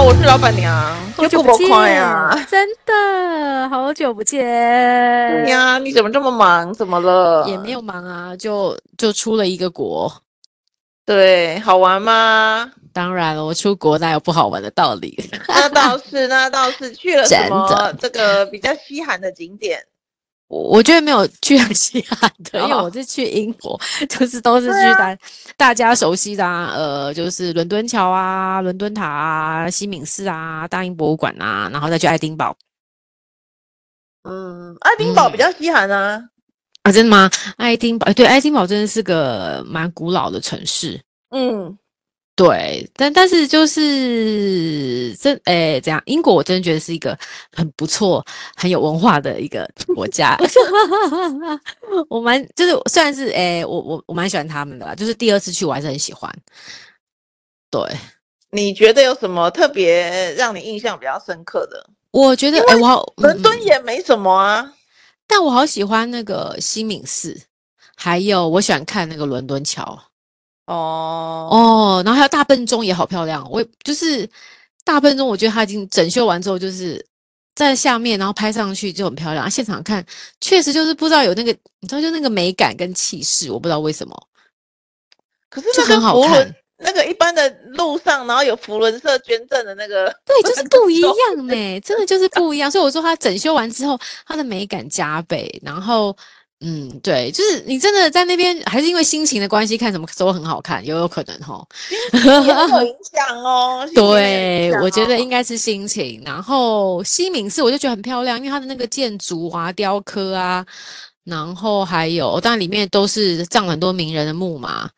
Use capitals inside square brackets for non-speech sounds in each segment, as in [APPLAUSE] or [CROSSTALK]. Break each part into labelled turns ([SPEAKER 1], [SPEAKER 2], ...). [SPEAKER 1] 我是老板娘，
[SPEAKER 2] 好久
[SPEAKER 1] 不啊
[SPEAKER 2] 不见
[SPEAKER 1] 看呀！
[SPEAKER 2] 真的好久不见。
[SPEAKER 1] 哎呀，你怎么这么忙？怎么了？
[SPEAKER 2] 也没有忙啊，就就出了一个国。
[SPEAKER 1] 对，好玩
[SPEAKER 2] [LAUGHS]
[SPEAKER 1] 吗？
[SPEAKER 2] 当然了，我出国哪有不好玩的道理？
[SPEAKER 1] 那倒是，那倒是，去了什
[SPEAKER 2] 真
[SPEAKER 1] 么
[SPEAKER 2] 的
[SPEAKER 1] 这个比较稀罕的景点？
[SPEAKER 2] 我我觉得没有去很稀罕的，因为
[SPEAKER 1] [LAUGHS] 哦
[SPEAKER 2] 我是去英国，就是都是去
[SPEAKER 1] 对啊 [LAUGHS]
[SPEAKER 2] 大、大家熟悉的、啊，呃，就是伦敦桥啊、伦敦塔啊、西敏寺啊、大英博物馆啊，然后再去爱丁堡。
[SPEAKER 1] 嗯，爱丁堡比较稀罕啊。
[SPEAKER 2] 啊，真的吗？爱丁堡，哎对，爱丁堡真的是个蛮古老的城市。
[SPEAKER 1] 嗯，
[SPEAKER 2] 对，但但是就是这诶，怎样？英国我真的觉得是一个很不错、很有文化的一个国家。
[SPEAKER 1] [LAUGHS]
[SPEAKER 2] 我蛮就是虽然是诶，我我我蛮喜欢他们的啦，就是第二次去我还是很喜欢。对，
[SPEAKER 1] 你觉得有什么特别让你印象比较深刻的？
[SPEAKER 2] 我觉得诶，我好
[SPEAKER 1] 伦敦
[SPEAKER 2] 嗯
[SPEAKER 1] 也没什么啊。
[SPEAKER 2] 但我好喜欢那个西敏寺，还有我喜欢看那个伦敦桥。
[SPEAKER 1] 哦
[SPEAKER 2] 嗯哦，然后还有大笨钟也好漂亮，我也就是大笨钟，我觉得它已经整修完之后，就是在下面，然后拍上去就很漂亮。啊、现场看确实就是不知道有那个，你知道就那个美感跟气势，我不知道为什么。
[SPEAKER 1] 可是
[SPEAKER 2] 就
[SPEAKER 1] 那跟
[SPEAKER 2] 很好
[SPEAKER 1] 福伦
[SPEAKER 2] 看
[SPEAKER 1] 那个一般的路上，然后有福伦社捐赠的
[SPEAKER 2] [LAUGHS]
[SPEAKER 1] 那个，
[SPEAKER 2] 对，就是不一样呢、真的就是不一样。所以我说它整修完之后，它的美感加倍。然后，嗯，对，就是你真的在那边，还是因为心情的关系，看什么都很好看，也有可能哈。
[SPEAKER 1] 也很有影响哦。心情也有
[SPEAKER 2] 对
[SPEAKER 1] 影响，
[SPEAKER 2] 我觉
[SPEAKER 1] 哦
[SPEAKER 2] 得应该是心情。然后西敏寺我就觉得很漂亮，因为它的那个建筑啊、雕刻啊，然后还有，当然里面都是葬了很多名人的墓嘛。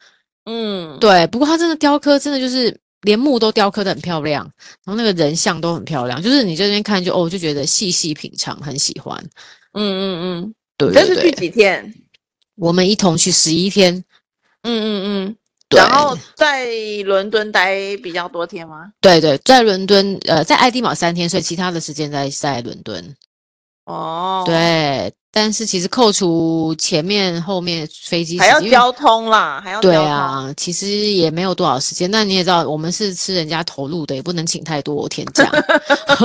[SPEAKER 1] 嗯，
[SPEAKER 2] 对，不过它真的雕刻真的就是连墓都雕刻的很漂亮，然后那个人像都很漂亮，就是你这边看就哦就觉得细细品尝，很喜欢。
[SPEAKER 1] 嗯嗯嗯，
[SPEAKER 2] 对对
[SPEAKER 1] 这是去
[SPEAKER 2] 对，
[SPEAKER 1] 几天？
[SPEAKER 2] 我们一同去十一天。
[SPEAKER 1] 嗯嗯嗯，
[SPEAKER 2] 对
[SPEAKER 1] 然后在伦敦待比较多天吗？
[SPEAKER 2] 对对，在伦敦，呃，在爱丁堡三天，所以其他的时间在在伦敦。
[SPEAKER 1] 哦，，
[SPEAKER 2] 对，但是其实扣除前面后面飞机
[SPEAKER 1] 还
[SPEAKER 2] 时
[SPEAKER 1] 要
[SPEAKER 2] 间因为
[SPEAKER 1] 交通啦，还要交
[SPEAKER 2] 对
[SPEAKER 1] 通。
[SPEAKER 2] 啊，其实也没有多少时间。那你也知道，我们是吃人家投入的，也不能请太多天
[SPEAKER 1] [LAUGHS]
[SPEAKER 2] 假， [LAUGHS]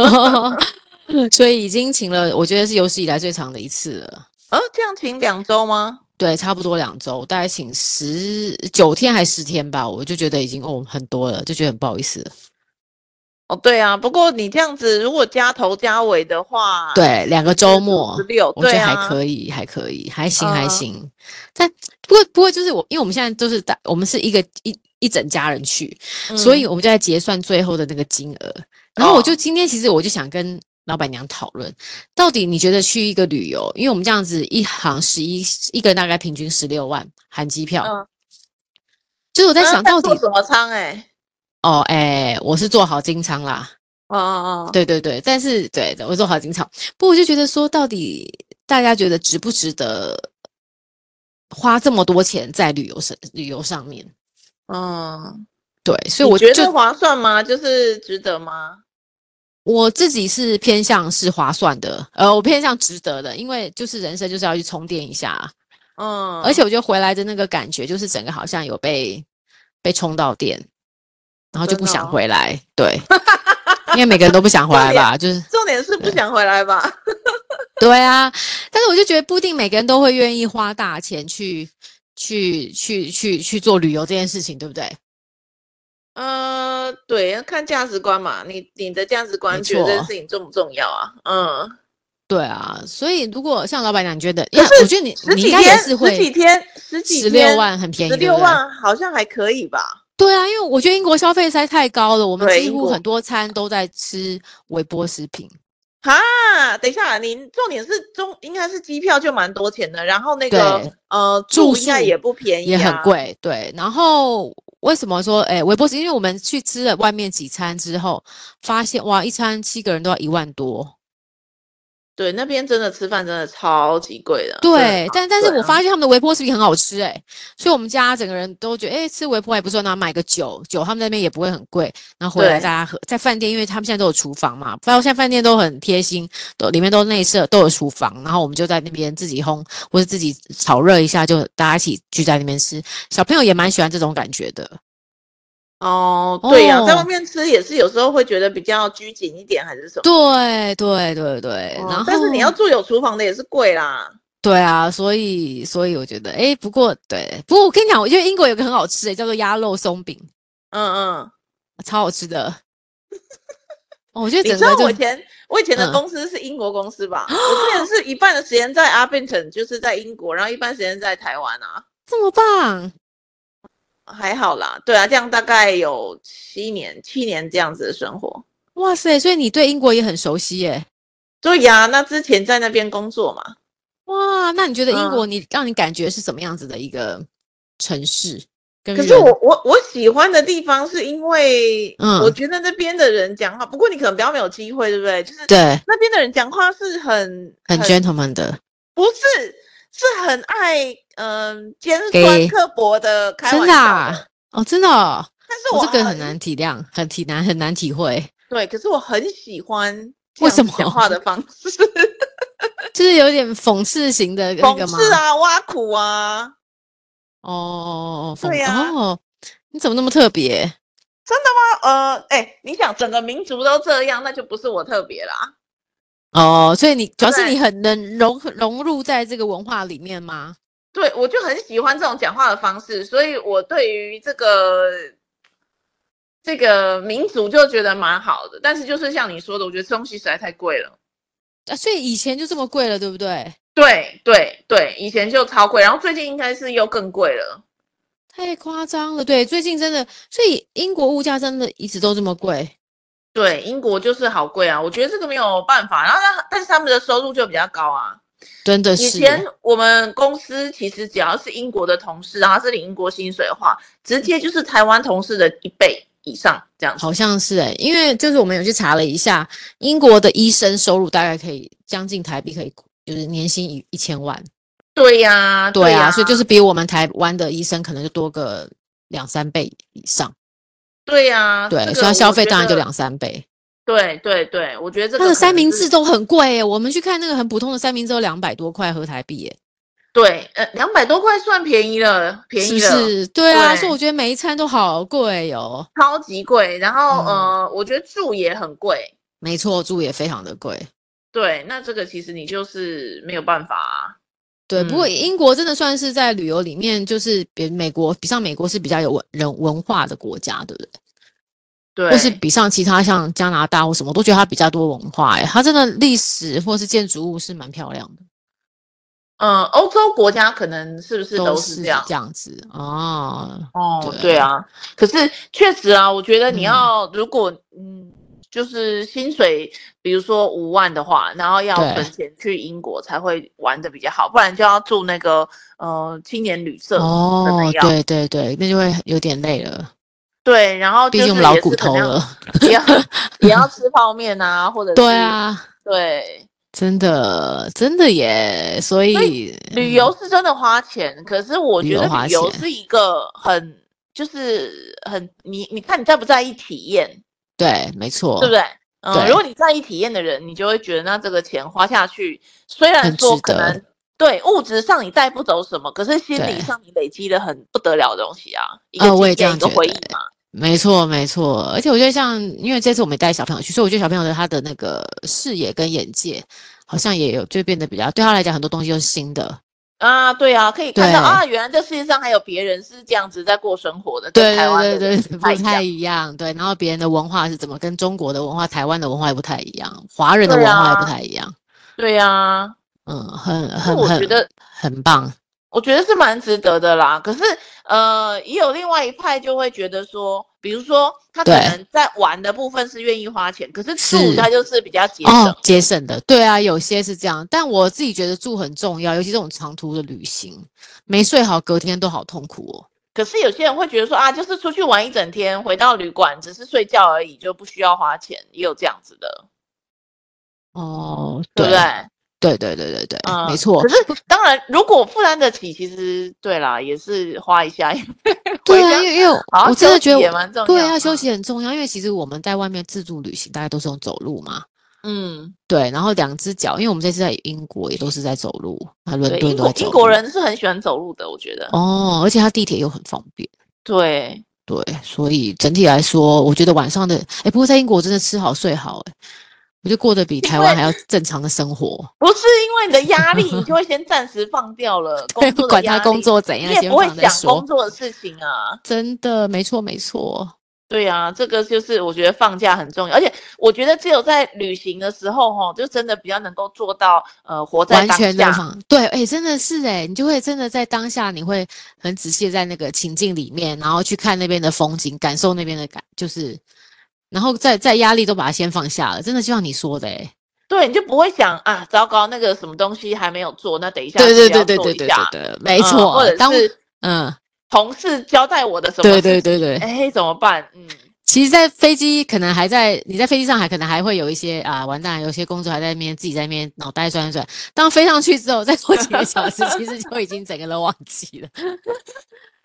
[SPEAKER 2] 所以已经请了，我觉得是有史以来最长的一次了。
[SPEAKER 1] 哦，这样请两周吗？
[SPEAKER 2] 对，差不多两周，大概请十九天还十天吧，我就觉得已经哦很多了，就觉得很不好意思了。
[SPEAKER 1] 哦，对啊，不过你这样子如果加头加尾的话，，
[SPEAKER 2] 对，两个周末
[SPEAKER 1] 十，六，
[SPEAKER 2] 我觉
[SPEAKER 1] 对
[SPEAKER 2] 得还
[SPEAKER 1] 啊，
[SPEAKER 2] 可以，还可以，还行，还
[SPEAKER 1] 嗯
[SPEAKER 2] 行。但不过，不过就是我，因为我们现在都是大，我们是一个一一整家人去，
[SPEAKER 1] 嗯
[SPEAKER 2] 所以我们就在结算最后的那个金额。然后我
[SPEAKER 1] 哦
[SPEAKER 2] 就今天其实我就想跟老板娘讨论，到底你觉得去一个旅游，因为我们这样子一行十一，一个人大概平均十六万含机票，
[SPEAKER 1] 嗯
[SPEAKER 2] 就是我在
[SPEAKER 1] 那
[SPEAKER 2] 想到底
[SPEAKER 1] 啊坐什么舱？哎，
[SPEAKER 2] 哦，哎，我是做好金仓啦，
[SPEAKER 1] 哦哦哦，
[SPEAKER 2] 对对对，但是对的，我做好经常。不过我就觉得说，到底大家觉得值不值得花这么多钱在旅游上旅游上面？
[SPEAKER 1] 嗯，
[SPEAKER 2] 对，所以我
[SPEAKER 1] 你觉
[SPEAKER 2] 就
[SPEAKER 1] 得划算吗？就是值得吗？
[SPEAKER 2] 我自己是偏向是划算的，呃，我偏向值得的，因为就是人生就是要去充电一下啊，
[SPEAKER 1] 嗯，
[SPEAKER 2] 而且我觉得回来的那个感觉就是整个好像有被被充到电，然后就
[SPEAKER 1] 真
[SPEAKER 2] 不
[SPEAKER 1] 的
[SPEAKER 2] 想
[SPEAKER 1] 哦
[SPEAKER 2] 回来，
[SPEAKER 1] [LAUGHS]
[SPEAKER 2] 对，因为每个人都不想回来吧，就是
[SPEAKER 1] 重点是不
[SPEAKER 2] 对
[SPEAKER 1] 想回来吧？
[SPEAKER 2] 对啊，但是我就觉得不一定每个人都会愿意花大钱去去去去去做旅游这件事情，对不对？
[SPEAKER 1] 呃，对，要看价值观嘛。你你的价值观
[SPEAKER 2] 没
[SPEAKER 1] 觉得这件
[SPEAKER 2] 错
[SPEAKER 1] 事情重不重要啊？嗯，
[SPEAKER 2] 对啊，所以如果像老板娘你觉得，因为我觉得你
[SPEAKER 1] 十
[SPEAKER 2] 你应
[SPEAKER 1] 几
[SPEAKER 2] 该也
[SPEAKER 1] 天，
[SPEAKER 2] 是
[SPEAKER 1] 十
[SPEAKER 2] 会
[SPEAKER 1] 几天，十几
[SPEAKER 2] 十
[SPEAKER 1] 天
[SPEAKER 2] 六，万很便宜，
[SPEAKER 1] 十
[SPEAKER 2] 对不
[SPEAKER 1] 六
[SPEAKER 2] 对
[SPEAKER 1] 万好像还可以吧？
[SPEAKER 2] 对啊，因为我觉得英国消费实在太高了，我们
[SPEAKER 1] 对
[SPEAKER 2] 几
[SPEAKER 1] 英
[SPEAKER 2] 乎
[SPEAKER 1] 国
[SPEAKER 2] 很多餐都在吃微波食品。
[SPEAKER 1] 哈，等一下，你重点是中应该是机票就蛮多钱的，然后那个
[SPEAKER 2] 对
[SPEAKER 1] 呃
[SPEAKER 2] 住
[SPEAKER 1] 应该
[SPEAKER 2] 宿
[SPEAKER 1] 也不便宜，
[SPEAKER 2] 也
[SPEAKER 1] 啊
[SPEAKER 2] 很。贵，对。然后为什么说，诶，微波食？因为我们去吃了外面几餐之后，发现哇，一餐七个人都要一万多，
[SPEAKER 1] 对，那边真的吃饭真的超级贵的。真的
[SPEAKER 2] 对，
[SPEAKER 1] 超
[SPEAKER 2] 但但是
[SPEAKER 1] 贵
[SPEAKER 2] 我
[SPEAKER 1] 啊
[SPEAKER 2] 发现他们的微波食品很好吃哎、所以我们家整个人都觉得哎、诶吃微波还不错，那买个酒酒他们那边也不会很贵，然后回来
[SPEAKER 1] 对
[SPEAKER 2] 大家喝在饭店，因为他们现在都有厨房嘛，反正现在饭店都很贴心，都里面都内设都有厨房，然后我们就在那边自己烘或者自己炒热一下，就大家一起聚在那边吃，小朋友也蛮喜欢这种感觉的，
[SPEAKER 1] 哦，对呀、
[SPEAKER 2] 哦
[SPEAKER 1] 在外面吃也是有时候会觉得比较拘谨一点，还是什么？
[SPEAKER 2] 对对对对，
[SPEAKER 1] 哦
[SPEAKER 2] 然后
[SPEAKER 1] 但是你要住有厨房的也是贵啦。
[SPEAKER 2] 对啊，所以所以我觉得，哎，不过对，不过我跟你讲，我觉得英国有个很好吃的，叫做鸭肉松饼，
[SPEAKER 1] 嗯嗯，
[SPEAKER 2] 超好吃
[SPEAKER 1] [LAUGHS]
[SPEAKER 2] 的。哦我觉
[SPEAKER 1] 你
[SPEAKER 2] 得整
[SPEAKER 1] 知道
[SPEAKER 2] 个
[SPEAKER 1] 我以
[SPEAKER 2] 就
[SPEAKER 1] 前我以前的
[SPEAKER 2] 嗯
[SPEAKER 1] 公司是英国公司吧？我之前是一半的时间在阿宾城，就是在英国，然后一半时间在台湾啊，
[SPEAKER 2] 这么棒，
[SPEAKER 1] 还好啦。对啊，这样大概有七年七年这样子的生活。
[SPEAKER 2] 哇塞！所以你对英国也很熟悉耶。
[SPEAKER 1] 对呀，啊那之前在那边工作嘛，
[SPEAKER 2] 哇，那你觉得英
[SPEAKER 1] 嗯
[SPEAKER 2] 国你、让你感觉是什么样子的一个城市？跟
[SPEAKER 1] 可是
[SPEAKER 2] 人
[SPEAKER 1] 我我我喜欢的地方是因为，
[SPEAKER 2] 嗯
[SPEAKER 1] 我觉得那边的人讲话，不过你可能比较没有机会，对不对？就是
[SPEAKER 2] 对
[SPEAKER 1] 那边的人讲话是很
[SPEAKER 2] 很 gentleman 的，
[SPEAKER 1] 不是是很爱嗯、尖
[SPEAKER 2] 给
[SPEAKER 1] 酸刻薄的开
[SPEAKER 2] 真
[SPEAKER 1] 玩
[SPEAKER 2] 的
[SPEAKER 1] 笑
[SPEAKER 2] 啊、
[SPEAKER 1] 的
[SPEAKER 2] 哦，真的、哦，
[SPEAKER 1] 但是
[SPEAKER 2] 我
[SPEAKER 1] 我
[SPEAKER 2] 这个很难体谅，很体难很难体会，
[SPEAKER 1] 对，可是我很喜欢这
[SPEAKER 2] 为
[SPEAKER 1] 样
[SPEAKER 2] 什
[SPEAKER 1] 子
[SPEAKER 2] 么
[SPEAKER 1] 讲话的方式，
[SPEAKER 2] [LAUGHS] 就是有点讽刺型的那个
[SPEAKER 1] 讽
[SPEAKER 2] 吗？
[SPEAKER 1] 刺啊、挖苦啊，
[SPEAKER 2] 哦，讽
[SPEAKER 1] 对呀
[SPEAKER 2] 哦，你怎么那么特别？
[SPEAKER 1] 啊呃，哎、你想整个民族都这样，那就不是我特别啦。
[SPEAKER 2] 哦，所以你主要是
[SPEAKER 1] 对
[SPEAKER 2] 你很能融融入在这个文化里面吗？
[SPEAKER 1] 对，我就很喜欢这种讲话的方式，所以我对于这个这个民族就觉得蛮好的。但是就是像你说的，我觉得东西实在太贵了。
[SPEAKER 2] 啊，所以以前就这么贵了，对不对？
[SPEAKER 1] 对对对，以前就超贵，然后最近应该是又更贵了。
[SPEAKER 2] 太夸张了，对，最近真的，所以英国物价真的一直都这么贵。
[SPEAKER 1] 对，英国就是好贵啊，我觉得这个没有办法。然后他，但是他们的收入就比较高啊。
[SPEAKER 2] 真的
[SPEAKER 1] 以
[SPEAKER 2] 是，
[SPEAKER 1] 前我们公司其实只要是英国的同事，然啊后是领英国薪水的话，直接就是台湾同事的一倍以上这样子。
[SPEAKER 2] 好像是哎、因为就是我们有去查了一下，英国的医生收入大概可以将近台币可以，就是年薪一一千万。
[SPEAKER 1] 对呀、
[SPEAKER 2] 对
[SPEAKER 1] 呀、
[SPEAKER 2] 啊，所以就是比我们台湾的医生可能就多个两三倍以上。
[SPEAKER 1] 对呀、
[SPEAKER 2] 对，
[SPEAKER 1] 啊这
[SPEAKER 2] 所以
[SPEAKER 1] 个
[SPEAKER 2] 它消
[SPEAKER 1] 我
[SPEAKER 2] 费
[SPEAKER 1] 觉
[SPEAKER 2] 当然就
[SPEAKER 1] 得
[SPEAKER 2] 两三倍。
[SPEAKER 1] 对对对，我觉得这
[SPEAKER 2] 它
[SPEAKER 1] 个
[SPEAKER 2] 的
[SPEAKER 1] 可
[SPEAKER 2] 三
[SPEAKER 1] 能
[SPEAKER 2] 明
[SPEAKER 1] 是
[SPEAKER 2] 治都很贵耶，欸我们去看那个很普通的三明治都两百多块合台币欸耶，
[SPEAKER 1] 对，呃，两百多块算便宜了，便
[SPEAKER 2] 是
[SPEAKER 1] 宜
[SPEAKER 2] 不
[SPEAKER 1] 了，
[SPEAKER 2] 是？对啊，
[SPEAKER 1] 对
[SPEAKER 2] 所以我觉得每一餐都好贵哦。
[SPEAKER 1] 超级贵。然后、
[SPEAKER 2] 嗯
[SPEAKER 1] 呃，我觉得住也很贵。
[SPEAKER 2] 没错，住也非常的贵。
[SPEAKER 1] 对，那这个其实你就是没有办法、啊。
[SPEAKER 2] 对，不过
[SPEAKER 1] 嗯
[SPEAKER 2] 英国真的算是在旅游里面，就是比美国比上美国是比较有文人文化的国家，对不对？
[SPEAKER 1] 对，
[SPEAKER 2] 或是比上其他像加拿大或什么，我都觉得它比较多文化。哎，它真的历史或是建筑物是蛮漂亮的，
[SPEAKER 1] 嗯，欧洲国家可能是不是
[SPEAKER 2] 都
[SPEAKER 1] 是
[SPEAKER 2] 是
[SPEAKER 1] 这样？
[SPEAKER 2] 这样子哦。
[SPEAKER 1] 哦，
[SPEAKER 2] 对
[SPEAKER 1] 对啊。可是确实啊，我觉得你
[SPEAKER 2] 嗯
[SPEAKER 1] 要、如果嗯，就是薪水，比如说五万的话，然后要
[SPEAKER 2] 对
[SPEAKER 1] 存钱去英国才会玩的比较好，不然就要住那个呃青年旅社。
[SPEAKER 2] 哦
[SPEAKER 1] 能，要
[SPEAKER 2] 对对对，那就会有点累了，
[SPEAKER 1] 对，然后
[SPEAKER 2] 毕
[SPEAKER 1] 就
[SPEAKER 2] 竟
[SPEAKER 1] 是
[SPEAKER 2] 我们老
[SPEAKER 1] 也
[SPEAKER 2] 骨
[SPEAKER 1] 是可
[SPEAKER 2] 头
[SPEAKER 1] 能
[SPEAKER 2] 了。
[SPEAKER 1] 要，也要也要吃泡面啊，或者是
[SPEAKER 2] 对，啊，
[SPEAKER 1] 对，
[SPEAKER 2] 真的真的耶，所
[SPEAKER 1] 所
[SPEAKER 2] 以
[SPEAKER 1] 旅游是真的花钱，可是我
[SPEAKER 2] 嗯旅
[SPEAKER 1] 觉
[SPEAKER 2] 游
[SPEAKER 1] 得
[SPEAKER 2] 花
[SPEAKER 1] 旅游
[SPEAKER 2] 钱
[SPEAKER 1] 是一个很就是很你你看你在不在意体验，
[SPEAKER 2] 对，没错，
[SPEAKER 1] 对不对？嗯，
[SPEAKER 2] 对
[SPEAKER 1] 如果你在意体验的人，你就会觉得那这个钱花下去，虽然
[SPEAKER 2] 很
[SPEAKER 1] 说
[SPEAKER 2] 值
[SPEAKER 1] 可
[SPEAKER 2] 得
[SPEAKER 1] 能对物质上你带不走什么，可是心理
[SPEAKER 2] 对
[SPEAKER 1] 上你累积了很不得了的东西啊，一
[SPEAKER 2] 呃
[SPEAKER 1] 个
[SPEAKER 2] 我
[SPEAKER 1] 经
[SPEAKER 2] 也这
[SPEAKER 1] 验
[SPEAKER 2] 样
[SPEAKER 1] 一个
[SPEAKER 2] 觉
[SPEAKER 1] 回
[SPEAKER 2] 得
[SPEAKER 1] 忆嘛。
[SPEAKER 2] 没错没错。而且我觉得像，因为这次我没带小朋友去，所以我觉得小朋友的他的那个视野跟眼界，好像也有就变得比较，对他来讲很多东西都是新的。
[SPEAKER 1] 啊，对啊，可以看到
[SPEAKER 2] 对
[SPEAKER 1] 啊，原来这世界上还有别人是这样子在过生活的，跟
[SPEAKER 2] 对
[SPEAKER 1] 台湾
[SPEAKER 2] 对
[SPEAKER 1] 的
[SPEAKER 2] 对
[SPEAKER 1] 人
[SPEAKER 2] 对，
[SPEAKER 1] 不太
[SPEAKER 2] 不
[SPEAKER 1] 一
[SPEAKER 2] 太
[SPEAKER 1] 样。
[SPEAKER 2] 一样。对，然后别人的文化是怎么跟中国的文化、台湾的文化也不太一样，华人的
[SPEAKER 1] 对
[SPEAKER 2] 文化也不
[SPEAKER 1] 啊
[SPEAKER 2] 太一样。
[SPEAKER 1] 对啊，
[SPEAKER 2] 嗯，很
[SPEAKER 1] 所以
[SPEAKER 2] 很
[SPEAKER 1] 我觉
[SPEAKER 2] 很
[SPEAKER 1] 得
[SPEAKER 2] 很棒。
[SPEAKER 1] 我觉得是蛮值得的啦。可是，呃，也有另外一派就会觉得说，比如说他可
[SPEAKER 2] 对
[SPEAKER 1] 能在玩的部分是愿意花钱，可是住
[SPEAKER 2] 是
[SPEAKER 1] 他就是比较节省。
[SPEAKER 2] 哦，节省的，对啊，有些是这样，但我自己觉得住很重要，尤其这种长途的旅行，没睡好，隔天都好痛苦哦。
[SPEAKER 1] 可是有些人会觉得说啊，就是出去玩一整天，回到旅馆只是睡觉而已，就不需要花钱，也有这样子的，
[SPEAKER 2] 哦，
[SPEAKER 1] 对不对？
[SPEAKER 2] 对对对对对，
[SPEAKER 1] 嗯，
[SPEAKER 2] 没错
[SPEAKER 1] 可，是当然，如果负担得起，其实对啦，也是花一下，
[SPEAKER 2] 对
[SPEAKER 1] 回家
[SPEAKER 2] 啊，因为因为
[SPEAKER 1] 好好
[SPEAKER 2] 我真的
[SPEAKER 1] 休息
[SPEAKER 2] 觉得
[SPEAKER 1] 也
[SPEAKER 2] 我
[SPEAKER 1] 蛮重要。
[SPEAKER 2] 对啊，休
[SPEAKER 1] 嗯。
[SPEAKER 2] 息很重要，因为其实我们在外面自助旅行，大家都是用走路嘛，
[SPEAKER 1] 嗯，
[SPEAKER 2] 对，然后两只脚，因为我们这次在英国也都是在走路，啊，伦
[SPEAKER 1] 对，
[SPEAKER 2] 敦
[SPEAKER 1] 英
[SPEAKER 2] 都在
[SPEAKER 1] 国
[SPEAKER 2] 走
[SPEAKER 1] 英国
[SPEAKER 2] 路哦
[SPEAKER 1] 人是很喜欢走路的，我觉得。
[SPEAKER 2] 哦，而且它地铁又很方便，
[SPEAKER 1] 对，
[SPEAKER 2] 对，所以整体来说，我觉得晚上的，哎，不过在英国真的吃好睡好、诶我就过得比台湾还要正常的生活，
[SPEAKER 1] 不是因为你的压力，你就会先暂时放
[SPEAKER 2] [LAUGHS]
[SPEAKER 1] 掉了工作
[SPEAKER 2] 不
[SPEAKER 1] 的
[SPEAKER 2] 管
[SPEAKER 1] 压
[SPEAKER 2] 他
[SPEAKER 1] 力
[SPEAKER 2] 工，作怎
[SPEAKER 1] 你
[SPEAKER 2] 样，
[SPEAKER 1] 也
[SPEAKER 2] 先
[SPEAKER 1] 不会
[SPEAKER 2] 放再
[SPEAKER 1] 想
[SPEAKER 2] 说
[SPEAKER 1] 工。作的事情啊。
[SPEAKER 2] 真的，没错，没错。
[SPEAKER 1] 对啊，这个就是我觉得放假很重要，而且我觉得只有在旅行的时候，哈，就真的比较能够做到呃活在
[SPEAKER 2] 完
[SPEAKER 1] 当
[SPEAKER 2] 全的
[SPEAKER 1] 下。
[SPEAKER 2] 放对，哎、真的是哎、你就会真的在当下，你会很仔细地在那个情境里面，然后去看那边的风景，感受那边的感，就是，然后再再压力都把它先放下了，真的就像你说的哎、
[SPEAKER 1] 对，你就不会想啊，糟糕，那个什么东西还没有做，那等一下
[SPEAKER 2] 对对
[SPEAKER 1] 是
[SPEAKER 2] 对
[SPEAKER 1] 要
[SPEAKER 2] 对
[SPEAKER 1] 做
[SPEAKER 2] 对
[SPEAKER 1] 一
[SPEAKER 2] 对
[SPEAKER 1] 下
[SPEAKER 2] 对对，没
[SPEAKER 1] 嗯
[SPEAKER 2] 错，
[SPEAKER 1] 或者
[SPEAKER 2] 当
[SPEAKER 1] 是
[SPEAKER 2] 嗯，
[SPEAKER 1] 同事交代我的什么
[SPEAKER 2] 对
[SPEAKER 1] 事
[SPEAKER 2] 对
[SPEAKER 1] 情，
[SPEAKER 2] 对对，
[SPEAKER 1] 哎，怎么办？嗯，
[SPEAKER 2] 其实，在飞机可能还在你在飞机上还可能还会有一些啊，完蛋，有些工作还在那边自己在那边脑袋转一转。当飞上去之后，再过几个小
[SPEAKER 1] [LAUGHS]
[SPEAKER 2] 时，其实就已经整个都忘记了，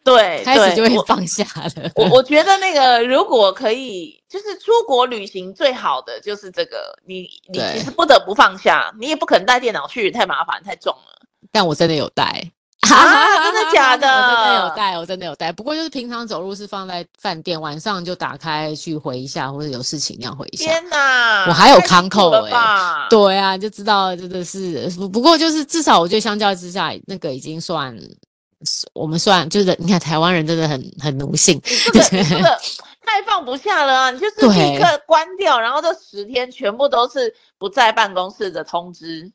[SPEAKER 1] 对，
[SPEAKER 2] 开始
[SPEAKER 1] 哎对
[SPEAKER 2] 就会
[SPEAKER 1] 我
[SPEAKER 2] 放下了。
[SPEAKER 1] 我我觉得那个如果可以，就是出国旅行最好的就是这个，你你
[SPEAKER 2] 对
[SPEAKER 1] 其实不得不放下，你也不可能带电脑去，太麻烦太重了。
[SPEAKER 2] 但我真的有带。
[SPEAKER 1] 啊真的假的
[SPEAKER 2] [LAUGHS] 我真的有带，我真的有带。不过就是平常走路是放在饭店，晚上就打开去回一下，或者有事情要回一下。
[SPEAKER 1] 天哪，
[SPEAKER 2] 我还有
[SPEAKER 1] 太辛苦
[SPEAKER 2] Conco
[SPEAKER 1] 了
[SPEAKER 2] 欸
[SPEAKER 1] 吧？
[SPEAKER 2] 对啊，就知道真的是，不不过就是至少我觉得相较之下，那个已经算是我们算就是你看台湾人真的很很奴性，
[SPEAKER 1] 这个你这个太放不下了啊！你就是立
[SPEAKER 2] 对
[SPEAKER 1] 刻关掉，然后这十天全部都是不在办公室的通知。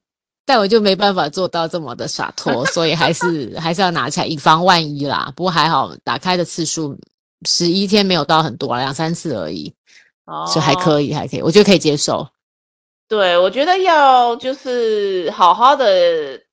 [SPEAKER 2] 但我就没办法做到这么的洒脱，所以还
[SPEAKER 1] [LAUGHS]
[SPEAKER 2] 是还是要拿起来以防万一啦。不过还好打开的次数十一天没有到很多啊，两三次而已，
[SPEAKER 1] 哦，
[SPEAKER 2] 所以还可以还可以，我觉得可以接受。
[SPEAKER 1] 对，我觉得要就是好好的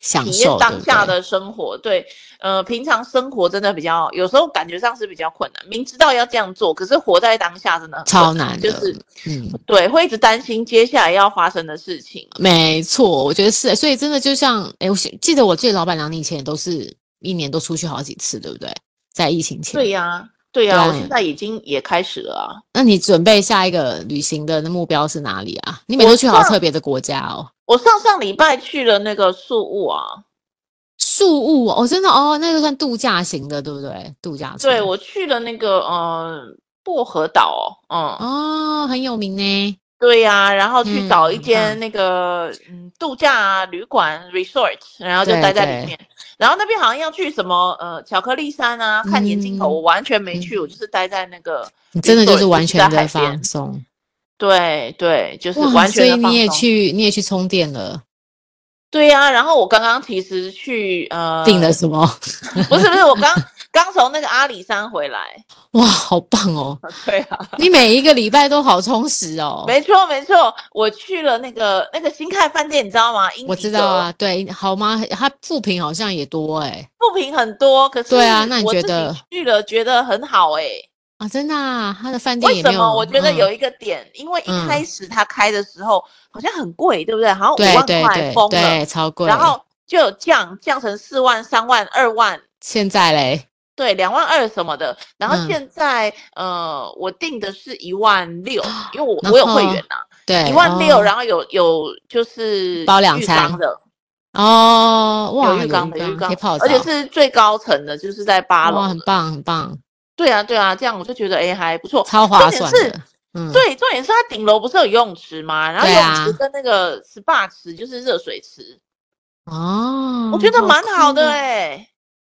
[SPEAKER 2] 享
[SPEAKER 1] 体验
[SPEAKER 2] 受
[SPEAKER 1] 当
[SPEAKER 2] 对不
[SPEAKER 1] 下
[SPEAKER 2] 对
[SPEAKER 1] 的生活。对，呃，平常生活真的比较，有时候感觉上是比较困难。明知道要这样做，可是活在当下真的很困
[SPEAKER 2] 超难
[SPEAKER 1] 就
[SPEAKER 2] 的
[SPEAKER 1] 是
[SPEAKER 2] 嗯，
[SPEAKER 1] 对，会一直担心接下来要发生的事情。
[SPEAKER 2] 没错，我觉得是，所以真的就像，哎，我记记得我记得老板娘你以前也都是一年都出去好几次，对不对？在疫情前，
[SPEAKER 1] 对呀、对呀、我
[SPEAKER 2] 对
[SPEAKER 1] 现在已经也开始了啊。
[SPEAKER 2] 那你准备下一个旅行的目标是哪里啊？你每次
[SPEAKER 1] 我
[SPEAKER 2] 去好
[SPEAKER 1] 上
[SPEAKER 2] 特别的国家哦，
[SPEAKER 1] 我上上礼拜去了那个宿务啊，
[SPEAKER 2] 宿务哦，真的哦，那个算度假型的，对不对？度假村
[SPEAKER 1] 对，我去了那个嗯薄荷岛哦，嗯，
[SPEAKER 2] 哦，很有名呢。
[SPEAKER 1] 对呀、然后去找
[SPEAKER 2] 嗯
[SPEAKER 1] 一
[SPEAKER 2] 很
[SPEAKER 1] 间
[SPEAKER 2] 棒
[SPEAKER 1] 那个嗯度假旅馆 resort，然后就
[SPEAKER 2] 对
[SPEAKER 1] 待在里
[SPEAKER 2] 对
[SPEAKER 1] 面。然后那边好像要去什么呃巧克力山啊，看眼镜头，
[SPEAKER 2] 嗯
[SPEAKER 1] 我完全没
[SPEAKER 2] 嗯
[SPEAKER 1] 去，我就是待在那个
[SPEAKER 2] 你真的
[SPEAKER 1] resort，
[SPEAKER 2] 就是完全
[SPEAKER 1] 在海
[SPEAKER 2] 的
[SPEAKER 1] 边
[SPEAKER 2] 放。松，
[SPEAKER 1] 对对，就是
[SPEAKER 2] 哇
[SPEAKER 1] 完
[SPEAKER 2] 所
[SPEAKER 1] 全
[SPEAKER 2] 以
[SPEAKER 1] 的放
[SPEAKER 2] 你也
[SPEAKER 1] 松。
[SPEAKER 2] 去，你也去充电了，
[SPEAKER 1] 对呀、然后我刚刚其实去呃
[SPEAKER 2] 订了什么？ [LAUGHS]
[SPEAKER 1] 不是不是，我刚刚从那个阿里山回来。 [LAUGHS]
[SPEAKER 2] 哇，好棒哦！
[SPEAKER 1] 对啊。
[SPEAKER 2] 你每一个礼拜都好充实哦。
[SPEAKER 1] 没错没错，我去了那个那个新开饭店，你知道吗？英
[SPEAKER 2] 我
[SPEAKER 1] 迪
[SPEAKER 2] 知道
[SPEAKER 1] 格，
[SPEAKER 2] 啊，对，好吗？它负评好像也多哎、
[SPEAKER 1] 不平很多，可是
[SPEAKER 2] 对啊那你
[SPEAKER 1] 我
[SPEAKER 2] 觉
[SPEAKER 1] 自己
[SPEAKER 2] 得
[SPEAKER 1] 去了觉得很好哎、
[SPEAKER 2] 啊，真的、啊，它的饭店
[SPEAKER 1] 为
[SPEAKER 2] 也没
[SPEAKER 1] 什
[SPEAKER 2] 有。
[SPEAKER 1] 么？我觉得
[SPEAKER 2] 嗯
[SPEAKER 1] 有一个点，因为一
[SPEAKER 2] 嗯
[SPEAKER 1] 开始它开的时候、好像很贵，对不对？好像五
[SPEAKER 2] 对
[SPEAKER 1] 万
[SPEAKER 2] 对
[SPEAKER 1] 块
[SPEAKER 2] 对
[SPEAKER 1] 封了，
[SPEAKER 2] 对，超贵。
[SPEAKER 1] 然后就有降降成四万、三万、二万，
[SPEAKER 2] 现在嘞，
[SPEAKER 1] 对，两万二什么的。然后
[SPEAKER 2] 嗯
[SPEAKER 1] 现在、呃，我定的是一万六，因为我
[SPEAKER 2] 然
[SPEAKER 1] 我有会
[SPEAKER 2] 后
[SPEAKER 1] 员呐、
[SPEAKER 2] 对，
[SPEAKER 1] 啊，一万六，
[SPEAKER 2] 哦
[SPEAKER 1] 然后有有就是
[SPEAKER 2] 包两
[SPEAKER 1] 浴缸
[SPEAKER 2] 餐
[SPEAKER 1] 的。
[SPEAKER 2] 哦，哇，
[SPEAKER 1] 有浴缸的，有浴
[SPEAKER 2] 可
[SPEAKER 1] 缸
[SPEAKER 2] 以泡，澡，
[SPEAKER 1] 而且是最高层的，就是在
[SPEAKER 2] 哇，
[SPEAKER 1] 八楼
[SPEAKER 2] 很
[SPEAKER 1] 的。
[SPEAKER 2] 棒很棒，
[SPEAKER 1] 对啊，对啊，这样我就觉得哎、还不错。
[SPEAKER 2] 超划算
[SPEAKER 1] 重点
[SPEAKER 2] 的
[SPEAKER 1] 是。
[SPEAKER 2] 嗯，
[SPEAKER 1] 对，重点是它顶楼不是有游泳池吗？然后游
[SPEAKER 2] 对
[SPEAKER 1] 泳池
[SPEAKER 2] 啊
[SPEAKER 1] 跟那个 SPA 池就是热水池，
[SPEAKER 2] 哦，
[SPEAKER 1] 我觉得
[SPEAKER 2] 好
[SPEAKER 1] 蛮好的
[SPEAKER 2] 酷哦
[SPEAKER 1] 哎、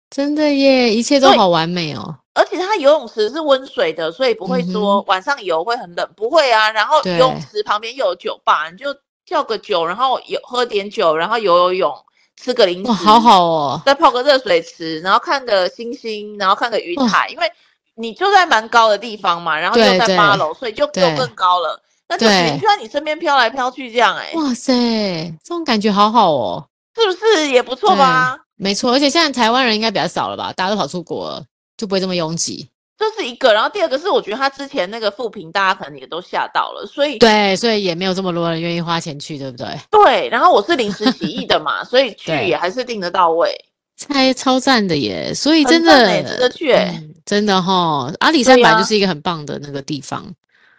[SPEAKER 2] 真的耶，一切都
[SPEAKER 1] 对
[SPEAKER 2] 好完美哦。
[SPEAKER 1] 而且它游泳池是温水的，所以不会说
[SPEAKER 2] 嗯
[SPEAKER 1] 晚上游会很冷，不会啊。然后游
[SPEAKER 2] 对
[SPEAKER 1] 泳池旁边又有酒吧，你就叫个酒，然后有喝点酒，然后游游泳，吃个零食，
[SPEAKER 2] 哇，好好哦，
[SPEAKER 1] 再泡个热水池，然后看个星星，然后看个云
[SPEAKER 2] 哇
[SPEAKER 1] 海，因为你就在蛮高的地方嘛，然后又
[SPEAKER 2] 嗯对
[SPEAKER 1] 在八
[SPEAKER 2] 对
[SPEAKER 1] 楼，所以就又
[SPEAKER 2] 对
[SPEAKER 1] 更高了。那就
[SPEAKER 2] 对
[SPEAKER 1] 你就在你身边飘来飘去这样、哎，
[SPEAKER 2] 哇塞，这种感觉好好哦。
[SPEAKER 1] 是不是也不错
[SPEAKER 2] 对
[SPEAKER 1] 吧？
[SPEAKER 2] 没错，而且现在台湾人应该比较少了吧，大家都跑出国了，就不会这么拥挤。
[SPEAKER 1] 这是一个，然后第二个是我觉得他之前那个复评，大家可能也都吓到了，所以
[SPEAKER 2] 对，所以也没有这么多人愿意花钱去，对不对？
[SPEAKER 1] 对，然后我是临时起意的嘛，所以去
[SPEAKER 2] 对
[SPEAKER 1] 也还是订得到位。
[SPEAKER 2] 太超赞的耶！所以
[SPEAKER 1] 很
[SPEAKER 2] 真
[SPEAKER 1] 赞欸
[SPEAKER 2] 的嗯
[SPEAKER 1] 值得去欸
[SPEAKER 2] 嗯真的哈、阿里山
[SPEAKER 1] 对
[SPEAKER 2] 本来
[SPEAKER 1] 啊
[SPEAKER 2] 就是一个很棒的那个地方，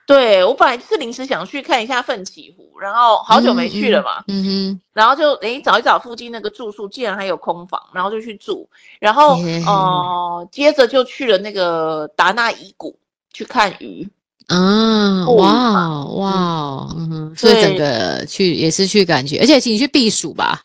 [SPEAKER 1] 对我本来就是临时想去看一下奋起湖，然后好久没去了嘛，
[SPEAKER 2] 嗯哼，
[SPEAKER 1] 然后就诶找一找附近那个住宿，竟然还有空房，然后就去住，然后
[SPEAKER 2] 耶
[SPEAKER 1] 呃接着就去了那个达纳遗谷去看鱼，
[SPEAKER 2] 啊，
[SPEAKER 1] 不
[SPEAKER 2] 哇
[SPEAKER 1] 嘛
[SPEAKER 2] 哦哇哦，嗯哼，所以整
[SPEAKER 1] 对
[SPEAKER 2] 个去也是去感觉，而且请你去避暑吧，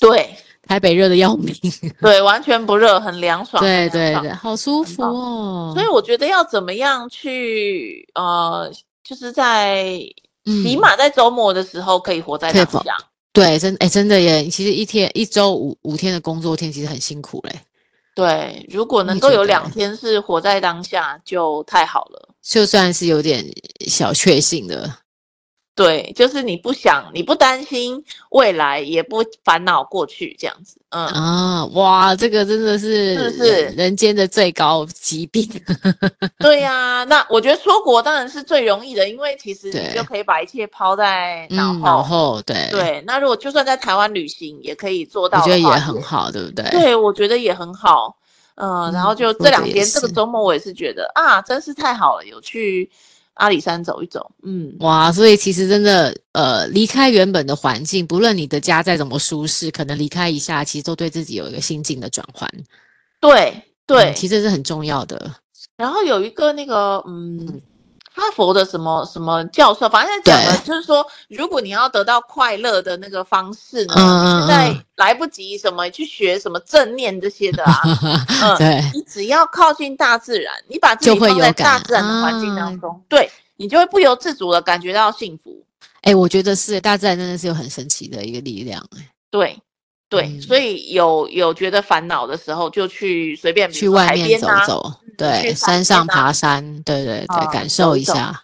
[SPEAKER 1] 对
[SPEAKER 2] 台北热的要命，
[SPEAKER 1] 对，完全不热，很凉爽，
[SPEAKER 2] 对
[SPEAKER 1] 很凉
[SPEAKER 2] 对
[SPEAKER 1] 爽
[SPEAKER 2] 对，好舒
[SPEAKER 1] 很
[SPEAKER 2] 服
[SPEAKER 1] 棒
[SPEAKER 2] 哦，
[SPEAKER 1] 所以我觉得要怎么样去呃，就是在起
[SPEAKER 2] 嗯
[SPEAKER 1] 码在周末的时候可以活在
[SPEAKER 2] 可以
[SPEAKER 1] 当
[SPEAKER 2] 否
[SPEAKER 1] 下。
[SPEAKER 2] 对，真哎、真的耶！其实一天一周五五天的工作天，其实很辛苦嘞。
[SPEAKER 1] 对，如果
[SPEAKER 2] 你
[SPEAKER 1] 能够
[SPEAKER 2] 觉
[SPEAKER 1] 有
[SPEAKER 2] 得
[SPEAKER 1] 两
[SPEAKER 2] 嘞
[SPEAKER 1] 天是活在当下，就太好了。
[SPEAKER 2] 就算是有点小确幸的，
[SPEAKER 1] 对，就是你不想，你不担心未来，也不烦恼过去，这样子。嗯，
[SPEAKER 2] 啊，哇，这个真的是
[SPEAKER 1] 是不是
[SPEAKER 2] 人人间的最高疾
[SPEAKER 1] [LAUGHS]
[SPEAKER 2] 病。 [LAUGHS]
[SPEAKER 1] 对呀、那我觉得出国当然是最容易的，因为其实你
[SPEAKER 2] 对
[SPEAKER 1] 就可以把一切抛在脑
[SPEAKER 2] 嗯，
[SPEAKER 1] 后。
[SPEAKER 2] 然后对，
[SPEAKER 1] 对，那如果就算在台湾旅行，也可以做
[SPEAKER 2] 我
[SPEAKER 1] 到
[SPEAKER 2] 觉
[SPEAKER 1] 的
[SPEAKER 2] 得也
[SPEAKER 1] 话
[SPEAKER 2] 很好，对不对？
[SPEAKER 1] 对，我觉得也很好。嗯，然后
[SPEAKER 2] 嗯
[SPEAKER 1] 就
[SPEAKER 2] 说
[SPEAKER 1] 这
[SPEAKER 2] 得
[SPEAKER 1] 两
[SPEAKER 2] 也
[SPEAKER 1] 天，这个
[SPEAKER 2] 是
[SPEAKER 1] 周末我也是觉得啊，真是太好了，有去阿里山走一走。嗯，
[SPEAKER 2] 哇，所以其实真的，呃，离开原本的环境，不论你的家再怎么舒适，可能离开一下，其实都对自己有一个心境的转换。嗯
[SPEAKER 1] 对对。
[SPEAKER 2] 其实这是很重要
[SPEAKER 1] [LAUGHS]
[SPEAKER 2] 的。
[SPEAKER 1] 然后有一个那个嗯
[SPEAKER 2] 嗯，
[SPEAKER 1] 哈佛的什么什么教授，反正他讲的
[SPEAKER 2] 对
[SPEAKER 1] 就是说，如果你要得到快乐的那个方式呢，
[SPEAKER 2] 嗯
[SPEAKER 1] 你
[SPEAKER 2] 嗯
[SPEAKER 1] 是在
[SPEAKER 2] 嗯。
[SPEAKER 1] 来不及什么去学什么正念这些的啊
[SPEAKER 2] [LAUGHS]
[SPEAKER 1] 嗯
[SPEAKER 2] 对，
[SPEAKER 1] 你只要靠近大自然，你把自
[SPEAKER 2] 就
[SPEAKER 1] 己
[SPEAKER 2] 会
[SPEAKER 1] 放在
[SPEAKER 2] 有
[SPEAKER 1] 大
[SPEAKER 2] 感
[SPEAKER 1] 自然的环境
[SPEAKER 2] 啊
[SPEAKER 1] 当中，对你就会不由自主的感觉到幸福。
[SPEAKER 2] 哎、我觉得是大自然真的是有很神奇的一个力量，哎
[SPEAKER 1] 对对，
[SPEAKER 2] 嗯
[SPEAKER 1] 所以有有觉得烦恼的时候，就去随便比如
[SPEAKER 2] 去
[SPEAKER 1] 说
[SPEAKER 2] 外
[SPEAKER 1] 海
[SPEAKER 2] 面
[SPEAKER 1] 边
[SPEAKER 2] 走
[SPEAKER 1] 啊
[SPEAKER 2] 走，
[SPEAKER 1] 去
[SPEAKER 2] 对，
[SPEAKER 1] 海
[SPEAKER 2] 山
[SPEAKER 1] 边
[SPEAKER 2] 上
[SPEAKER 1] 啊
[SPEAKER 2] 爬山，对对对，
[SPEAKER 1] 啊
[SPEAKER 2] 感
[SPEAKER 1] 走
[SPEAKER 2] 受
[SPEAKER 1] 一
[SPEAKER 2] 一
[SPEAKER 1] 走
[SPEAKER 2] 下。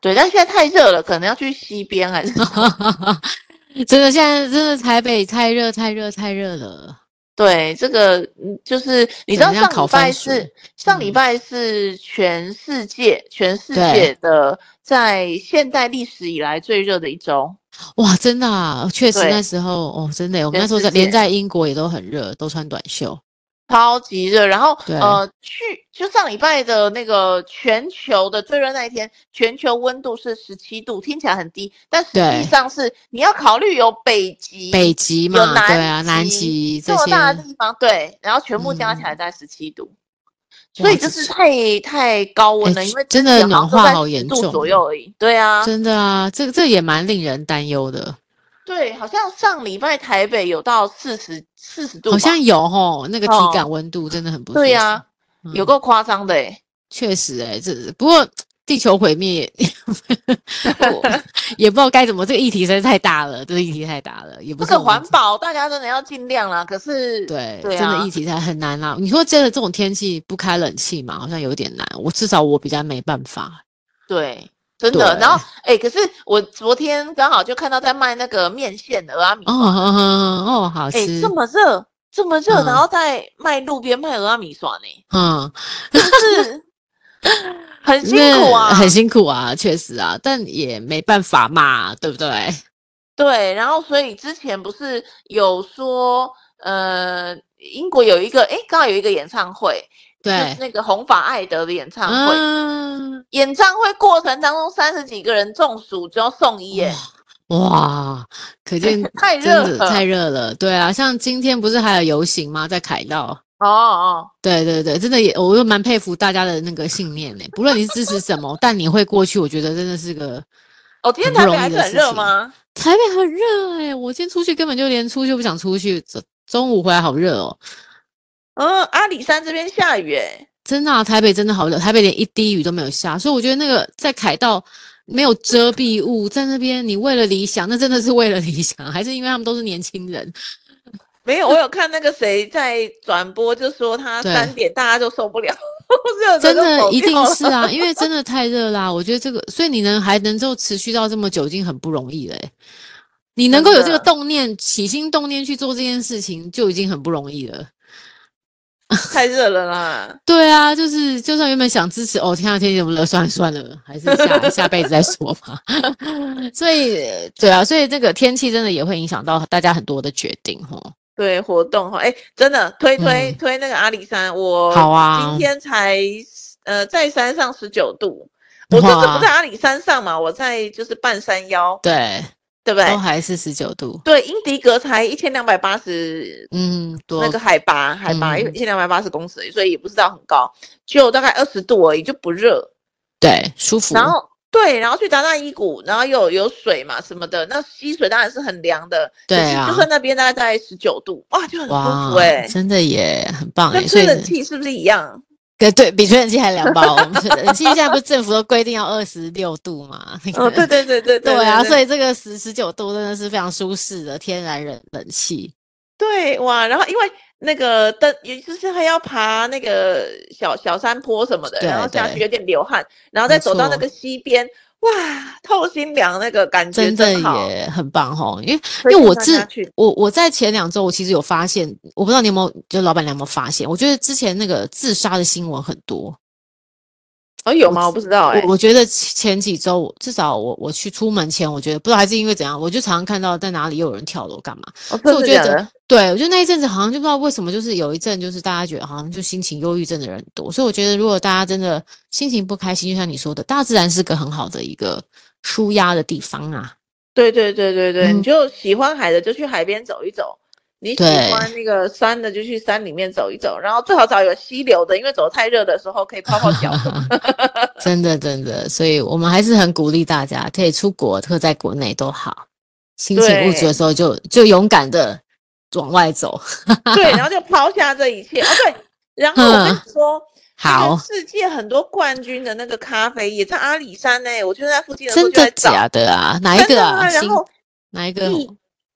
[SPEAKER 1] 对，但现在太热了，可能要去溪边还是
[SPEAKER 2] [LAUGHS] 真的，现在真的台北太热，太热，太热了。
[SPEAKER 1] 对这个，嗯就是你知
[SPEAKER 2] 可
[SPEAKER 1] 道
[SPEAKER 2] 能要
[SPEAKER 1] 上
[SPEAKER 2] 烤
[SPEAKER 1] 礼拜
[SPEAKER 2] 番
[SPEAKER 1] 是
[SPEAKER 2] 薯
[SPEAKER 1] 上礼
[SPEAKER 2] 嗯
[SPEAKER 1] 拜是全世界全世
[SPEAKER 2] 对
[SPEAKER 1] 界的在现代历史以来最热的一周，
[SPEAKER 2] 哇，真的啊，确实
[SPEAKER 1] 对
[SPEAKER 2] 那时候哦，真的耶，我们
[SPEAKER 1] 全
[SPEAKER 2] 那时候
[SPEAKER 1] 世
[SPEAKER 2] 在
[SPEAKER 1] 界
[SPEAKER 2] 连在英国也都很热，都穿短袖。
[SPEAKER 1] 超级热。然后
[SPEAKER 2] 对
[SPEAKER 1] 呃，去就上礼拜的那个全球的最热那一天，全球温度是十七度，听起来很低，但实际
[SPEAKER 2] 对
[SPEAKER 1] 上是你要考虑有北极、
[SPEAKER 2] 北极
[SPEAKER 1] 有
[SPEAKER 2] 嘛，对
[SPEAKER 1] 南
[SPEAKER 2] 啊，南
[SPEAKER 1] 极
[SPEAKER 2] 极
[SPEAKER 1] 这
[SPEAKER 2] 这
[SPEAKER 1] 么
[SPEAKER 2] 些，
[SPEAKER 1] 大的地方，对，然后全部加起来在十七度。所
[SPEAKER 2] 哇
[SPEAKER 1] 以就
[SPEAKER 2] 嗯这
[SPEAKER 1] 是太太高温
[SPEAKER 2] 哎
[SPEAKER 1] 了，因为
[SPEAKER 2] 真
[SPEAKER 1] 之前
[SPEAKER 2] 的暖
[SPEAKER 1] 好像都
[SPEAKER 2] 化
[SPEAKER 1] 在
[SPEAKER 2] 好
[SPEAKER 1] 10
[SPEAKER 2] 严
[SPEAKER 1] 度
[SPEAKER 2] 重
[SPEAKER 1] 左
[SPEAKER 2] 哦
[SPEAKER 1] 右而已。对啊，
[SPEAKER 2] 真的啊，这这也蛮令人担忧的。
[SPEAKER 1] 对，好像上礼拜台北有到四十四十度吧，
[SPEAKER 2] 好像有吼，那个体
[SPEAKER 1] 哦
[SPEAKER 2] 感温度真的很不
[SPEAKER 1] 对
[SPEAKER 2] 舒服
[SPEAKER 1] 啊，有
[SPEAKER 2] 嗯
[SPEAKER 1] 够夸张的欸
[SPEAKER 2] 确实、欸，这不过地球毁灭 [LAUGHS] 也
[SPEAKER 1] [LAUGHS]
[SPEAKER 2] 我也不知道该怎么，这个议题实在是太大了，这个议题太大了，也不
[SPEAKER 1] 这
[SPEAKER 2] 是
[SPEAKER 1] 个
[SPEAKER 2] 我们
[SPEAKER 1] 环保大家真的要尽量啦，可是
[SPEAKER 2] 对，
[SPEAKER 1] 对
[SPEAKER 2] 真
[SPEAKER 1] 啊
[SPEAKER 2] 的议题才很难啦、你说真的这种天气不开冷气嘛，好像有点难，我至少我比较没办法。
[SPEAKER 1] 对，真的。然后
[SPEAKER 2] 对
[SPEAKER 1] 哎、可是我昨天刚好就看到在卖那个面线的阿米
[SPEAKER 2] 哦
[SPEAKER 1] 刷，
[SPEAKER 2] 哦哦哦，好
[SPEAKER 1] 哎、
[SPEAKER 2] 吃
[SPEAKER 1] 这，么热这么热，然
[SPEAKER 2] 嗯
[SPEAKER 1] 后在卖路边卖阿米欸刷呢，
[SPEAKER 2] 嗯，
[SPEAKER 1] 是不是 [LAUGHS] 很辛苦
[SPEAKER 2] 那
[SPEAKER 1] 啊？
[SPEAKER 2] 很辛苦啊，确实啊，但也没办法嘛，对不对？
[SPEAKER 1] 对，然后所以之前不是有说，呃，英国有一个，诶，刚好有一个演唱会，就是
[SPEAKER 2] 对，
[SPEAKER 1] 那个红发艾德的演唱啊会，
[SPEAKER 2] 嗯、
[SPEAKER 1] 演唱会过程当中三十几个人中暑，只有送医耶，
[SPEAKER 2] 哇，可见
[SPEAKER 1] [LAUGHS] 太热
[SPEAKER 2] 真的
[SPEAKER 1] 了，
[SPEAKER 2] 太热了，对啊，像今天不是还有游行吗？在凯道，
[SPEAKER 1] 哦哦，
[SPEAKER 2] 对对对，真的也，我就蛮佩服大家的那个信念呢。不论你是支持什么，但你会过去，我觉得真的是个
[SPEAKER 1] 哦，今天
[SPEAKER 2] 很不容
[SPEAKER 1] 台北还
[SPEAKER 2] 易
[SPEAKER 1] 是
[SPEAKER 2] 的
[SPEAKER 1] 很
[SPEAKER 2] 事
[SPEAKER 1] 热
[SPEAKER 2] 情
[SPEAKER 1] 吗？
[SPEAKER 2] 台北很热哎，我今天出去根本就连出去都不想出去，中中午回来好热哦，
[SPEAKER 1] 嗯，阿里山这边下雨耶，
[SPEAKER 2] 真的、啊，台北真的好热，台北连一滴雨都没有下，所以我觉得那个在凯道没有遮蔽物，在那边你为了理想，那真的是为了理想， [LAUGHS] 还是因为他们都是年轻
[SPEAKER 1] [LAUGHS]
[SPEAKER 2] 人，
[SPEAKER 1] 没有，我有看那个谁在转播，就说他
[SPEAKER 2] 对
[SPEAKER 1] 三点大家就受不了， [LAUGHS] 热
[SPEAKER 2] 真
[SPEAKER 1] 的
[SPEAKER 2] 的一定是啊，因为真的太热啦、我觉得这个，所以你能还能够持续到这么久，已经很不容易了欸、你能够有这个
[SPEAKER 1] 真的
[SPEAKER 2] 动念，起心动念去做这件事情，就已经很不容易了。
[SPEAKER 1] 太热了啦。
[SPEAKER 2] 对啊，就是就算原本想支持，哦，天啊，天气怎么热，算了算了，还是下下辈子再说吧。 [LAUGHS] 所以，呃对啊，所以这个天气真的也会影响到大家很多的决定哦。
[SPEAKER 1] 对活动哈，哎，真的推推、
[SPEAKER 2] 嗯
[SPEAKER 1] 推那个阿里山，我
[SPEAKER 2] 好啊
[SPEAKER 1] 今天才呃在山上十九度，我这次
[SPEAKER 2] 哇
[SPEAKER 1] 不在阿里山上嘛，我在就是半山腰，
[SPEAKER 2] 对，
[SPEAKER 1] 对不对
[SPEAKER 2] 都？还是十九度，
[SPEAKER 1] 对，英迪格才一千两百八十
[SPEAKER 2] 嗯，多
[SPEAKER 1] 那个海拔，海拔一
[SPEAKER 2] 嗯
[SPEAKER 1] 千两百八十公尺而已，所以也不知道很高，只有大概二十度而已，就不热。
[SPEAKER 2] 对舒服，
[SPEAKER 1] 然后对，然后去达纳伊谷，然后有有水嘛什么的，那溪水当然是很凉的，可
[SPEAKER 2] 对
[SPEAKER 1] 是
[SPEAKER 2] 啊
[SPEAKER 1] 就喝那边大概在十九度，哇，就很舒
[SPEAKER 2] 哇
[SPEAKER 1] 服，哎、
[SPEAKER 2] 真的也很棒哎、
[SPEAKER 1] 跟
[SPEAKER 2] 所
[SPEAKER 1] 吹
[SPEAKER 2] 以
[SPEAKER 1] 冷
[SPEAKER 2] 呢
[SPEAKER 1] 气是不是一样？
[SPEAKER 2] 对对，比吹冷气还凉吧？我们冷气现在不是政府都规定要二十六度嘛？那
[SPEAKER 1] 哦，
[SPEAKER 2] 个
[SPEAKER 1] 对对对对
[SPEAKER 2] [LAUGHS]
[SPEAKER 1] 对
[SPEAKER 2] 对啊，所
[SPEAKER 1] 以
[SPEAKER 2] 以这个十十九度真的是非常舒适的天然冷冷气。
[SPEAKER 1] 对哇，然后因为那个登，也就是还要爬那个小小山坡什么的，
[SPEAKER 2] 对
[SPEAKER 1] 然后下去
[SPEAKER 2] 对
[SPEAKER 1] 有点流汗，然后
[SPEAKER 2] 没
[SPEAKER 1] 再走到那
[SPEAKER 2] 错
[SPEAKER 1] 个溪边，哇，透心凉那个感觉
[SPEAKER 2] 真的
[SPEAKER 1] 好，
[SPEAKER 2] 也很棒吼，因为
[SPEAKER 1] 推
[SPEAKER 2] 因为
[SPEAKER 1] 荐
[SPEAKER 2] 我
[SPEAKER 1] 大
[SPEAKER 2] 自
[SPEAKER 1] 家去
[SPEAKER 2] 我我在前两周我其实有发现，我不知道你有没有，就老板娘有没有发现？我觉得之前那个自杀的新闻很多，
[SPEAKER 1] 哦有吗？我不知道哎、
[SPEAKER 2] 我我觉得前几周我至少我我去出门前，我觉得不知道还是因为怎样，我就常常看到在哪里又有人跳楼干嘛。
[SPEAKER 1] 哦
[SPEAKER 2] 所以我
[SPEAKER 1] 真
[SPEAKER 2] 觉
[SPEAKER 1] 的假
[SPEAKER 2] 得
[SPEAKER 1] 的
[SPEAKER 2] 对，我觉得那一阵子好像就不知道为什么，就是有一阵就是大家觉得好像就心情忧郁症的人很多，所以我觉得如果大家真的心情不开心，就像你说的，大自然是个很好的一个舒压的地方啊。
[SPEAKER 1] 对对对对对，你
[SPEAKER 2] 嗯
[SPEAKER 1] 就喜欢海的就去海边走一走，你喜
[SPEAKER 2] 对
[SPEAKER 1] 欢那个山的就去山里面走一走，然后最好找有溪流的，因为走太热的时候可以泡泡脚什么
[SPEAKER 2] 真的真的，所以我们还是很鼓励大家可以出国，特在国内都好，心情不足的时候就就勇敢的往外走。 [LAUGHS]
[SPEAKER 1] 的。 [LAUGHS] 对，然后就抛下这一切。哦对，然后我跟你说，那个
[SPEAKER 2] 嗯好，
[SPEAKER 1] 世界很多冠军的那个咖啡也在阿里山呢、我就在附近的时候
[SPEAKER 2] 真
[SPEAKER 1] 就在
[SPEAKER 2] 的
[SPEAKER 1] 找，
[SPEAKER 2] 假的啊？哪一
[SPEAKER 1] 真
[SPEAKER 2] 个
[SPEAKER 1] 的
[SPEAKER 2] 啊？
[SPEAKER 1] 然
[SPEAKER 2] 新
[SPEAKER 1] 后
[SPEAKER 2] 哪一个？
[SPEAKER 1] 艺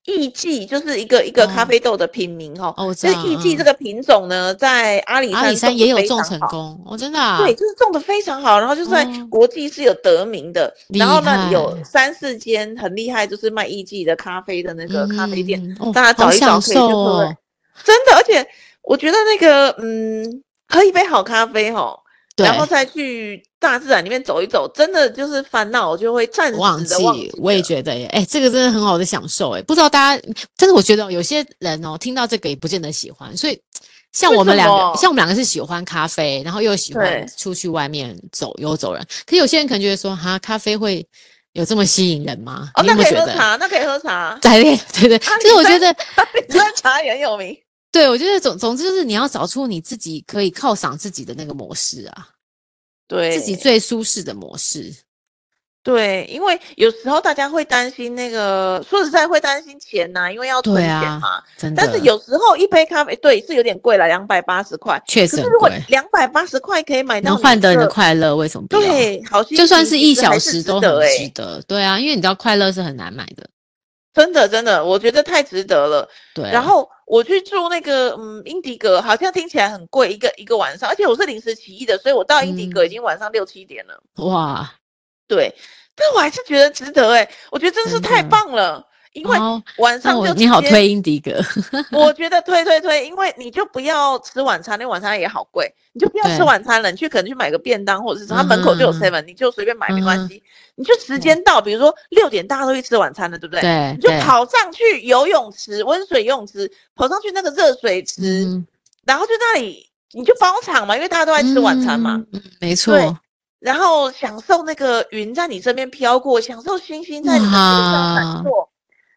[SPEAKER 1] 艺妓就是一个一个咖
[SPEAKER 2] 哦
[SPEAKER 1] 啡豆的品名哦，
[SPEAKER 2] 哦，我知
[SPEAKER 1] 就是
[SPEAKER 2] 道，
[SPEAKER 1] 艺妓
[SPEAKER 2] 嗯
[SPEAKER 1] 这个品种呢，在阿里
[SPEAKER 2] 阿里山
[SPEAKER 1] 得
[SPEAKER 2] 也有
[SPEAKER 1] 非
[SPEAKER 2] 种
[SPEAKER 1] 常
[SPEAKER 2] 成
[SPEAKER 1] 好
[SPEAKER 2] 功，哦，真的啊？
[SPEAKER 1] 对，就是种的非常好，然后就是在
[SPEAKER 2] 哦
[SPEAKER 1] 国际是有得名的。
[SPEAKER 2] 厉
[SPEAKER 1] 然后呢，有
[SPEAKER 2] 害
[SPEAKER 1] 三四间很厉害，就是卖艺妓的咖啡的那个咖啡店，
[SPEAKER 2] 嗯，哦
[SPEAKER 1] 大家
[SPEAKER 2] 好
[SPEAKER 1] 找一
[SPEAKER 2] 享
[SPEAKER 1] 找可以去
[SPEAKER 2] 受
[SPEAKER 1] 喝
[SPEAKER 2] 哦
[SPEAKER 1] 欸。真的，而且我觉得那个嗯，喝一杯好咖啡吼，
[SPEAKER 2] 对，
[SPEAKER 1] 然后再去大自然里面走一走，真的就是烦恼就会暂时的
[SPEAKER 2] 忘
[SPEAKER 1] 忘
[SPEAKER 2] 记
[SPEAKER 1] 记，
[SPEAKER 2] 我也
[SPEAKER 1] 了
[SPEAKER 2] 觉得耶，哎、这个真的很好的享受，哎，不知道大家，但是我觉得有些人哦，听到这个也不见得喜欢，所以像
[SPEAKER 1] 为
[SPEAKER 2] 我们
[SPEAKER 1] 什
[SPEAKER 2] 两
[SPEAKER 1] 么
[SPEAKER 2] 个，像我们两个是喜欢咖啡，然后又喜
[SPEAKER 1] 对
[SPEAKER 2] 欢出去外面走游走人，可有些人可能觉得说，哈，咖啡会有这么吸引人吗？
[SPEAKER 1] 哦，
[SPEAKER 2] 你
[SPEAKER 1] 那
[SPEAKER 2] 有没
[SPEAKER 1] 可
[SPEAKER 2] 有
[SPEAKER 1] 以
[SPEAKER 2] 觉
[SPEAKER 1] 喝
[SPEAKER 2] 得？，
[SPEAKER 1] 茶，那可以喝茶
[SPEAKER 2] 对 [LAUGHS] 对对，
[SPEAKER 1] 啊
[SPEAKER 2] 就是我觉得，
[SPEAKER 1] [LAUGHS] 喝茶也很有名。
[SPEAKER 2] 对我觉得总总之就是你要找出你自己可以犒赏自己的那个模式啊，
[SPEAKER 1] 对，
[SPEAKER 2] 自己最舒适的模式。
[SPEAKER 1] 对，因为有时候大家会担心那个，说实在会担心钱呐、因为要存
[SPEAKER 2] 对
[SPEAKER 1] 钱
[SPEAKER 2] 啊
[SPEAKER 1] 嘛。
[SPEAKER 2] 真的，
[SPEAKER 1] 但是有时候一杯咖啡，对，是有点贵了，两百八十块。
[SPEAKER 2] 确
[SPEAKER 1] 可
[SPEAKER 2] 实
[SPEAKER 1] 是
[SPEAKER 2] 很
[SPEAKER 1] 如果
[SPEAKER 2] 贵，
[SPEAKER 1] 两百八十块可以买到
[SPEAKER 2] 能换得
[SPEAKER 1] 的
[SPEAKER 2] 你的快乐，为什么不要？
[SPEAKER 1] 对，好心
[SPEAKER 2] 就算
[SPEAKER 1] 情
[SPEAKER 2] 是
[SPEAKER 1] 其
[SPEAKER 2] 一
[SPEAKER 1] 实还
[SPEAKER 2] 小
[SPEAKER 1] 是
[SPEAKER 2] 时
[SPEAKER 1] 值
[SPEAKER 2] 都很
[SPEAKER 1] 得哎、
[SPEAKER 2] 值得，对啊，因为你知道快乐是很难买的，
[SPEAKER 1] 真的真的，我觉得太值得了。
[SPEAKER 2] 对。啊
[SPEAKER 1] 然后我去住那个嗯英迪格，好像听起来很贵，一个一个晚上，而且我是临时起意的，所以我到英迪格已
[SPEAKER 2] 嗯
[SPEAKER 1] 经晚上六七点了。
[SPEAKER 2] 哇，
[SPEAKER 1] 对，但我还是觉得值得哎、我觉得真的是
[SPEAKER 2] 真
[SPEAKER 1] 太
[SPEAKER 2] 的
[SPEAKER 1] 棒了，因为
[SPEAKER 2] 哦
[SPEAKER 1] 晚上
[SPEAKER 2] 那
[SPEAKER 1] 就
[SPEAKER 2] 我
[SPEAKER 1] 直
[SPEAKER 2] 你好
[SPEAKER 1] 接
[SPEAKER 2] 推英迪格，
[SPEAKER 1] 我觉得推推推，因为你就不要吃晚餐，那晚餐也好贵，你就不要吃
[SPEAKER 2] 对
[SPEAKER 1] 晚餐了，你去可能去买个便当，或者是他门口就有
[SPEAKER 2] 嗯
[SPEAKER 1] seven，、你就随便买没
[SPEAKER 2] 嗯
[SPEAKER 1] 关
[SPEAKER 2] 哼
[SPEAKER 1] 系。你就时间到，比如说六点大家都去吃晚餐了，对不对？
[SPEAKER 2] 对
[SPEAKER 1] 你就
[SPEAKER 2] 对，
[SPEAKER 1] 跑上去游泳池、温水游泳池，跑上去那个热水池，
[SPEAKER 2] 嗯，
[SPEAKER 1] 然后就那里你就包场嘛，因为大家都在吃晚餐嘛，
[SPEAKER 2] 嗯，没错，
[SPEAKER 1] 然后享受那个云在你身边飘过，享受星星在你的头上闪
[SPEAKER 2] 哇
[SPEAKER 1] 烁。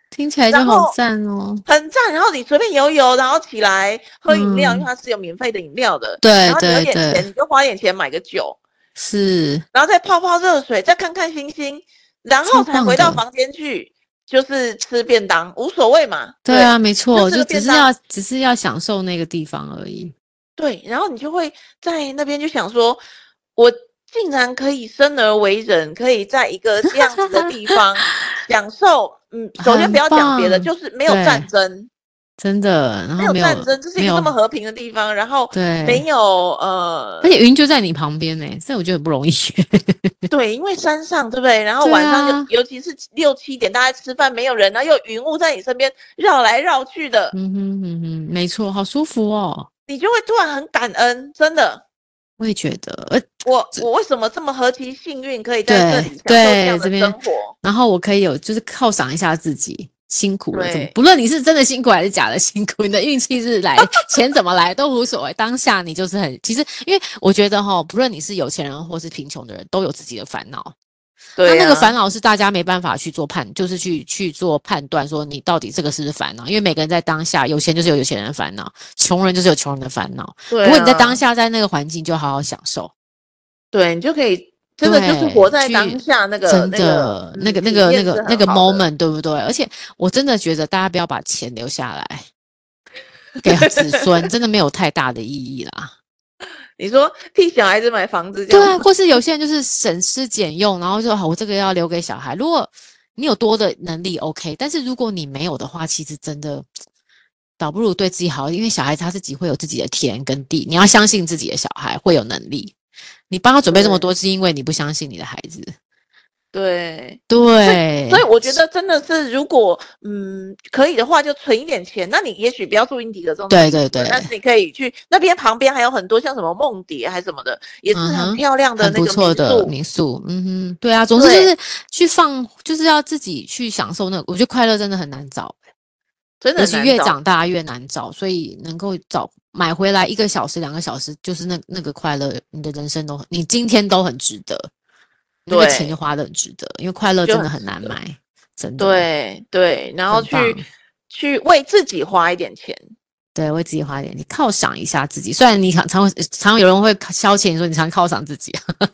[SPEAKER 2] 听起来就
[SPEAKER 1] 然后
[SPEAKER 2] 好赞哦。
[SPEAKER 1] 很赞。然后你随便游游，然后起来喝饮料，因为
[SPEAKER 2] 嗯
[SPEAKER 1] 它是有免费的饮料的。
[SPEAKER 2] 对
[SPEAKER 1] 然后你有
[SPEAKER 2] 对
[SPEAKER 1] 点钱，
[SPEAKER 2] 对，
[SPEAKER 1] 你就花点钱买个酒，
[SPEAKER 2] 是
[SPEAKER 1] 然后再泡泡热水，再看看星星，然后
[SPEAKER 2] 超
[SPEAKER 1] 才
[SPEAKER 2] 棒
[SPEAKER 1] 回到
[SPEAKER 2] 的
[SPEAKER 1] 房间去，就是吃便当，无所谓嘛。
[SPEAKER 2] 对啊，没错，
[SPEAKER 1] 吃
[SPEAKER 2] 就
[SPEAKER 1] 个
[SPEAKER 2] 只
[SPEAKER 1] 便
[SPEAKER 2] 是
[SPEAKER 1] 当
[SPEAKER 2] 要只是要享受那个地方而已。
[SPEAKER 1] 对，然后你就会在那边就想说，我竟然可以生而为人，可以在一个这样子的地
[SPEAKER 2] [LAUGHS]
[SPEAKER 1] 方享受。嗯，首先
[SPEAKER 2] 很
[SPEAKER 1] 不要讲别的，
[SPEAKER 2] 棒
[SPEAKER 1] 就是没有战
[SPEAKER 2] 对
[SPEAKER 1] 争，
[SPEAKER 2] 真的，然
[SPEAKER 1] 没
[SPEAKER 2] 后
[SPEAKER 1] 有
[SPEAKER 2] 没
[SPEAKER 1] 战争，这是一
[SPEAKER 2] 没
[SPEAKER 1] 个
[SPEAKER 2] 有
[SPEAKER 1] 这么和平的地方，然后
[SPEAKER 2] 对，
[SPEAKER 1] 没有呃
[SPEAKER 2] 而，且云就在你旁边呢、这我觉得很不容易。 [LAUGHS]
[SPEAKER 1] 对，因为山上对不对？然后
[SPEAKER 2] 对
[SPEAKER 1] 晚上就、
[SPEAKER 2] 啊
[SPEAKER 1] 尤其是六七点，大家吃饭没有人，然后又有云雾在你身边绕来绕去的，
[SPEAKER 2] 嗯哼嗯哼，没错，好舒服哦。
[SPEAKER 1] 你就会突然很感恩。真的，
[SPEAKER 2] 我也觉得，呃，
[SPEAKER 1] 我我为什么这么何其幸运，可以在
[SPEAKER 2] 对
[SPEAKER 1] 这里享受这样
[SPEAKER 2] 对这
[SPEAKER 1] 的
[SPEAKER 2] 边
[SPEAKER 1] 生活？
[SPEAKER 2] 然后我可以有就是犒赏一下自己，辛苦了，怎么
[SPEAKER 1] 对
[SPEAKER 2] 不论你是真的辛苦还是假的辛苦，你的运气是
[SPEAKER 1] [LAUGHS]
[SPEAKER 2] 来钱怎么来都无所谓，当下你就是很其实，因为我觉得哈，不论你是有钱人或是贫穷的人，都有自己的烦恼。
[SPEAKER 1] 对、啊，
[SPEAKER 2] 那那个烦恼是大家没办法去做判，就是去去做判断，说你到底这个是不是烦恼？因为每个人在当下，有钱就是有有钱人的烦恼，穷人就是有穷人的烦恼。
[SPEAKER 1] 对啊、
[SPEAKER 2] 不过你在当下，在那个环境就好好享受，
[SPEAKER 1] 对你就可以真的就是活在
[SPEAKER 2] 去
[SPEAKER 1] 当下那个
[SPEAKER 2] 真
[SPEAKER 1] 那个
[SPEAKER 2] 的那个那个那个那个 moment，对不对？而且我真的觉得大家不要把钱留下
[SPEAKER 1] [LAUGHS]
[SPEAKER 2] 来给子孙，真的没有太大的意义啦。
[SPEAKER 1] 你说替小孩子买房子这
[SPEAKER 2] 对啊，
[SPEAKER 1] 样子，
[SPEAKER 2] 或是有些人就是省吃俭用，然后就好，我这个要留给小孩。如果你有多的能力，OK，但是如果你没有的话，其实真的倒不如对自己好，因为小孩子他自己会有自己的田跟地，你要相信自己的小孩会有能力。你帮他准备这么多，是因为你不相信你的孩子。
[SPEAKER 1] 对
[SPEAKER 2] 对，
[SPEAKER 1] 所以我觉得真的是，如果嗯可以的话，就存一点钱。那你也许不要住英迪格这种地
[SPEAKER 2] 对对
[SPEAKER 1] 方，
[SPEAKER 2] 对，
[SPEAKER 1] 但是你可以去那边旁边还有很多像什么梦蝶还是什么的，也是
[SPEAKER 2] 嗯
[SPEAKER 1] 很
[SPEAKER 2] 哼
[SPEAKER 1] 漂亮的
[SPEAKER 2] 很
[SPEAKER 1] 那个
[SPEAKER 2] 不错的
[SPEAKER 1] 民宿
[SPEAKER 2] 民宿。嗯哼，对啊，总之
[SPEAKER 1] 对
[SPEAKER 2] 就是去放，就是要自己去享受那个。我觉得快乐真的很难找。
[SPEAKER 1] 真的
[SPEAKER 2] 尤
[SPEAKER 1] 很
[SPEAKER 2] 其
[SPEAKER 1] 难
[SPEAKER 2] 越
[SPEAKER 1] 找
[SPEAKER 2] 长大越难找，所以能够找买回来一个小时、两个小时，就是那那个快乐，你的人生都很，你今天都很值得，那个钱
[SPEAKER 1] 对
[SPEAKER 2] 就花的很值得，因为快乐
[SPEAKER 1] 就
[SPEAKER 2] 真的很
[SPEAKER 1] 很值
[SPEAKER 2] 难
[SPEAKER 1] 得
[SPEAKER 2] 买，真的。，
[SPEAKER 1] 对对，然后
[SPEAKER 2] 很棒
[SPEAKER 1] 去去为自己花一点钱，
[SPEAKER 2] 对，为自己花一点，你犒赏一下自己。虽然你常常会常常有人会消遣你说你常犒赏自己， [LAUGHS]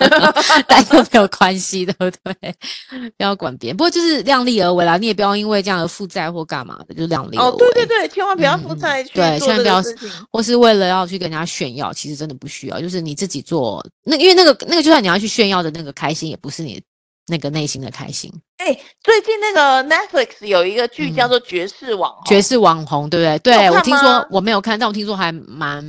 [SPEAKER 2] 但又没有关系，对不对？ [LAUGHS] 不要管别人，不过就是量力而为啦，你也不要因为这样而负债或干嘛的，就量力而为。
[SPEAKER 1] 哦，对对对，千万不要负
[SPEAKER 2] 嗯嗯
[SPEAKER 1] 债去
[SPEAKER 2] 对
[SPEAKER 1] 做
[SPEAKER 2] 千万
[SPEAKER 1] 这
[SPEAKER 2] 不
[SPEAKER 1] 个
[SPEAKER 2] 要
[SPEAKER 1] 事情。
[SPEAKER 2] 或是为了要去跟人家炫耀，其实真的不需要，就是你自己做那，因为那个那个就算你要去炫耀的那个开心，也不是你那个内心的开心。
[SPEAKER 1] 哎、最近那个 Netflix 有一个剧叫
[SPEAKER 2] 嗯
[SPEAKER 1] 做《绝世网红》，
[SPEAKER 2] 爵士网红，对不对？对
[SPEAKER 1] 有
[SPEAKER 2] 我
[SPEAKER 1] 看
[SPEAKER 2] 听
[SPEAKER 1] 吗
[SPEAKER 2] 说我没有看，但我听说还蛮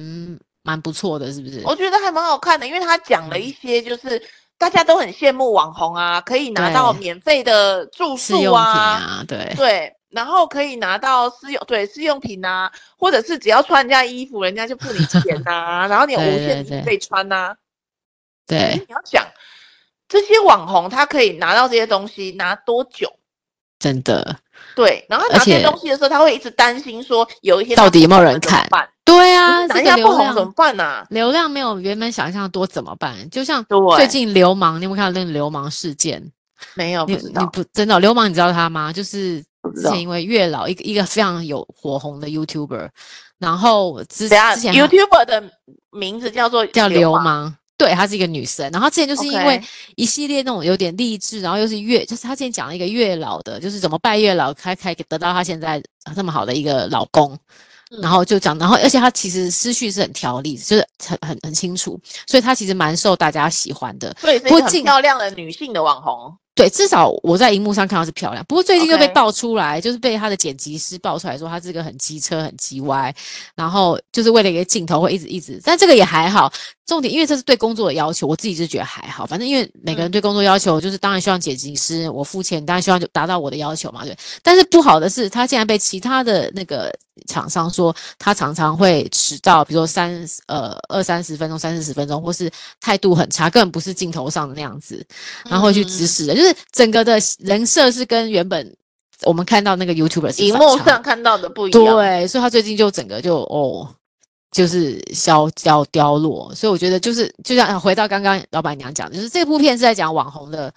[SPEAKER 2] 蛮不错的，是不是？
[SPEAKER 1] 我觉得还蛮好看的，因为他讲
[SPEAKER 2] 嗯
[SPEAKER 1] 了一些就是大家都很羡慕网红啊，可以拿到
[SPEAKER 2] 对
[SPEAKER 1] 免费的住
[SPEAKER 2] 试
[SPEAKER 1] 宿
[SPEAKER 2] 用品
[SPEAKER 1] 啊，
[SPEAKER 2] 啊，对
[SPEAKER 1] 对，然后可以拿到私用对试用品啊，或者是只要穿人家衣服，人家就付你钱呐、然后你有无
[SPEAKER 2] 对
[SPEAKER 1] 限
[SPEAKER 2] 对对
[SPEAKER 1] 可以穿呐、
[SPEAKER 2] 对，
[SPEAKER 1] 你要想这些网红他可以拿到这些东西拿多久？
[SPEAKER 2] 真的，
[SPEAKER 1] 对，然后他拿
[SPEAKER 2] 而
[SPEAKER 1] 这些
[SPEAKER 2] 且
[SPEAKER 1] 东西的时候，他会一直担心说有一天
[SPEAKER 2] 到
[SPEAKER 1] 他
[SPEAKER 2] 底有没
[SPEAKER 1] 不
[SPEAKER 2] 有
[SPEAKER 1] 红了
[SPEAKER 2] 人
[SPEAKER 1] 怎么
[SPEAKER 2] 看
[SPEAKER 1] 办？
[SPEAKER 2] 对
[SPEAKER 1] 啊，
[SPEAKER 2] 啊，
[SPEAKER 1] 哪
[SPEAKER 2] 这
[SPEAKER 1] 一
[SPEAKER 2] 个
[SPEAKER 1] 下不
[SPEAKER 2] 流
[SPEAKER 1] 红怎么
[SPEAKER 2] 量
[SPEAKER 1] 办啊？
[SPEAKER 2] 流量没有原本想象多怎么办？就像
[SPEAKER 1] 对
[SPEAKER 2] 最近流氓，你有没有看到那个流氓事件？
[SPEAKER 1] 没有，不
[SPEAKER 2] 你
[SPEAKER 1] 知
[SPEAKER 2] 你
[SPEAKER 1] 道，
[SPEAKER 2] 不真的哦流氓，你知道他吗？就是
[SPEAKER 1] 不知
[SPEAKER 2] 之
[SPEAKER 1] 道
[SPEAKER 2] 前因为月老一个一个非常有火红的 YouTuber，然后之之
[SPEAKER 1] 等下
[SPEAKER 2] 前还
[SPEAKER 1] YouTuber 的名字叫做
[SPEAKER 2] 叫流
[SPEAKER 1] 氓，
[SPEAKER 2] 氓，对，她是一个女生。然后之前就是因
[SPEAKER 1] OK
[SPEAKER 2] 为一系列那种有点励志，然后又是月，就是她之前讲了一个月老的，就是怎么拜月老，开开得到她现在这么好的一个老公。
[SPEAKER 1] 嗯
[SPEAKER 2] 然后就讲，然后而且她其实思绪是很条理，就是很很很清楚，所以她其实蛮受大家喜欢的。
[SPEAKER 1] 所以是一
[SPEAKER 2] 不
[SPEAKER 1] 个
[SPEAKER 2] 过
[SPEAKER 1] 很
[SPEAKER 2] 近
[SPEAKER 1] 漂亮的女性的网红。
[SPEAKER 2] 对，至少我在荧幕上看到是漂亮。不过最近又被
[SPEAKER 1] OK
[SPEAKER 2] 爆出来就是被他的剪辑师爆出来说，他这个很机车、很机歪，然后就是为了一个镜头会一直一直。但这个也还好，重点因为这是对工作的要求，我自己就觉得还好。反正因为每个人对工作要求，就是当然希望剪辑师我付钱，当然希望就达到我的要求嘛，对。但是不好的是，他竟然被其他的那个厂商说他常常会迟到，比如说三呃二三十分钟、三四十分钟，或是态度很差，根本不是镜头上的那样子。然后会去指
[SPEAKER 1] 嗯
[SPEAKER 2] 使人，就是整个的人设是跟原本我们看到那个 YouTuber 是
[SPEAKER 1] 荧
[SPEAKER 2] 反
[SPEAKER 1] 幕
[SPEAKER 2] 差
[SPEAKER 1] 上看到的不一样。，
[SPEAKER 2] 对，所以他最近就整个就哦，就是消消凋落。所以我觉得就是就像啊回到刚刚老板娘讲的，就是这部片是在讲网红的，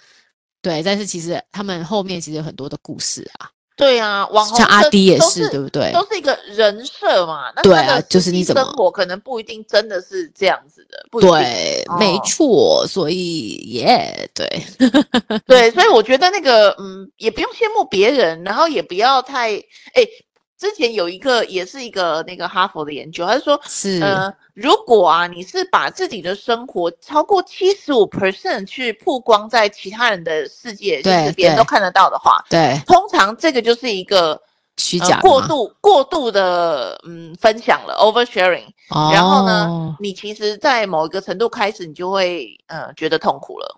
[SPEAKER 2] 对，但是其实他们后面其实有很多的故事啊，
[SPEAKER 1] 对啊，网红
[SPEAKER 2] 像阿
[SPEAKER 1] 这
[SPEAKER 2] 迪也
[SPEAKER 1] 都
[SPEAKER 2] 是，对不对？
[SPEAKER 1] 都是一个人设嘛。那
[SPEAKER 2] 对
[SPEAKER 1] 他的
[SPEAKER 2] 啊就是
[SPEAKER 1] 实际
[SPEAKER 2] 你怎么
[SPEAKER 1] 生活可能不一定真的是这样子的，不一定
[SPEAKER 2] 对，没
[SPEAKER 1] 哦
[SPEAKER 2] 错，所以耶对，
[SPEAKER 1] 对，所以我觉得那个，嗯，也不用羡慕别人，然后也不要太，哎，之前有一个也是一个那个哈佛的研究，他就说，
[SPEAKER 2] 是，
[SPEAKER 1] 呃，如果啊，你是把自己的生活超过七十五 percent 去曝光在其他人的世界，就是
[SPEAKER 2] 对
[SPEAKER 1] 别人都
[SPEAKER 2] 对
[SPEAKER 1] 看得到的话，
[SPEAKER 2] 对，
[SPEAKER 1] 通常这个就是一个
[SPEAKER 2] 虚
[SPEAKER 1] 呃
[SPEAKER 2] 假的
[SPEAKER 1] 过
[SPEAKER 2] 嘛，
[SPEAKER 1] 度过度的嗯分享了 oversharing，然后呢
[SPEAKER 2] 哦
[SPEAKER 1] 你其实，在某一个程度开始，你就会呃觉得痛苦了。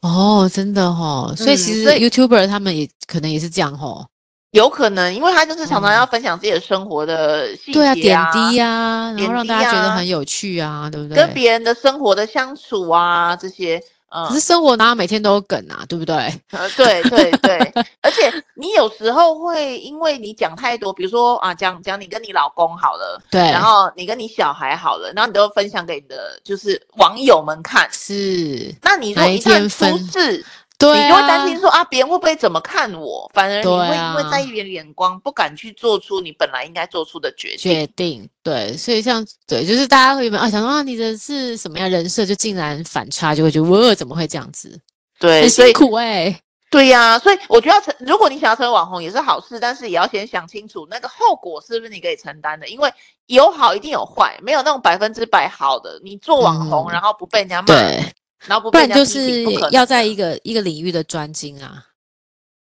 [SPEAKER 2] 哦，真的哦，所以其
[SPEAKER 1] 嗯
[SPEAKER 2] 实
[SPEAKER 1] 所以
[SPEAKER 2] YouTuber 他们也可能也是这样哦，
[SPEAKER 1] 有可能，因为他就是常常
[SPEAKER 2] 嗯
[SPEAKER 1] 要分享自己的生活的细节
[SPEAKER 2] 对啊，点滴
[SPEAKER 1] 呀、
[SPEAKER 2] 呀、然
[SPEAKER 1] 点
[SPEAKER 2] 后让
[SPEAKER 1] 滴
[SPEAKER 2] 大家觉得
[SPEAKER 1] 啊
[SPEAKER 2] 很有趣啊，对不对？
[SPEAKER 1] 跟别人的生活的相处啊这些。嗯
[SPEAKER 2] 可是生活哪有每天都有梗啊，对不对？
[SPEAKER 1] 呃，对对对，而且你有时候会因为你讲太多，比如说啊，讲讲你跟你老公好了，
[SPEAKER 2] 对，
[SPEAKER 1] 然后你跟你小孩好了，然后你都分享给你的就是网友们看。
[SPEAKER 2] 是，
[SPEAKER 1] 那你如果
[SPEAKER 2] 哪一
[SPEAKER 1] 一旦
[SPEAKER 2] 天
[SPEAKER 1] 出
[SPEAKER 2] 分
[SPEAKER 1] 事，
[SPEAKER 2] 对、啊，
[SPEAKER 1] 你就会担心说啊，别人会不会怎么看我？反而你
[SPEAKER 2] 对
[SPEAKER 1] 会因
[SPEAKER 2] 啊
[SPEAKER 1] 为在意别人眼光，不敢去做出你本来应该做出的决定。
[SPEAKER 2] 决定，对，所以像对，就是大家会原本啊想说啊你的是什么样人设，就竟然反差，就会觉得哇怎么会这样子，
[SPEAKER 1] 对，
[SPEAKER 2] 很
[SPEAKER 1] 所
[SPEAKER 2] 辛
[SPEAKER 1] 以
[SPEAKER 2] 苦哎、
[SPEAKER 1] 对呀、所以我觉得要成，如果你想要成为网红也是好事，但是也要先想清楚那个后果是不是你可以承担的，因为有好一定有坏，没有那种百分之百好的。你做网红，
[SPEAKER 2] 嗯
[SPEAKER 1] 然后不被人家骂，
[SPEAKER 2] 对，
[SPEAKER 1] 然后不
[SPEAKER 2] 不
[SPEAKER 1] 被人
[SPEAKER 2] 然
[SPEAKER 1] 家
[SPEAKER 2] 就
[SPEAKER 1] 批评
[SPEAKER 2] 是
[SPEAKER 1] 不可能啊
[SPEAKER 2] 要在一
[SPEAKER 1] 的
[SPEAKER 2] 个一个领域的专精啊。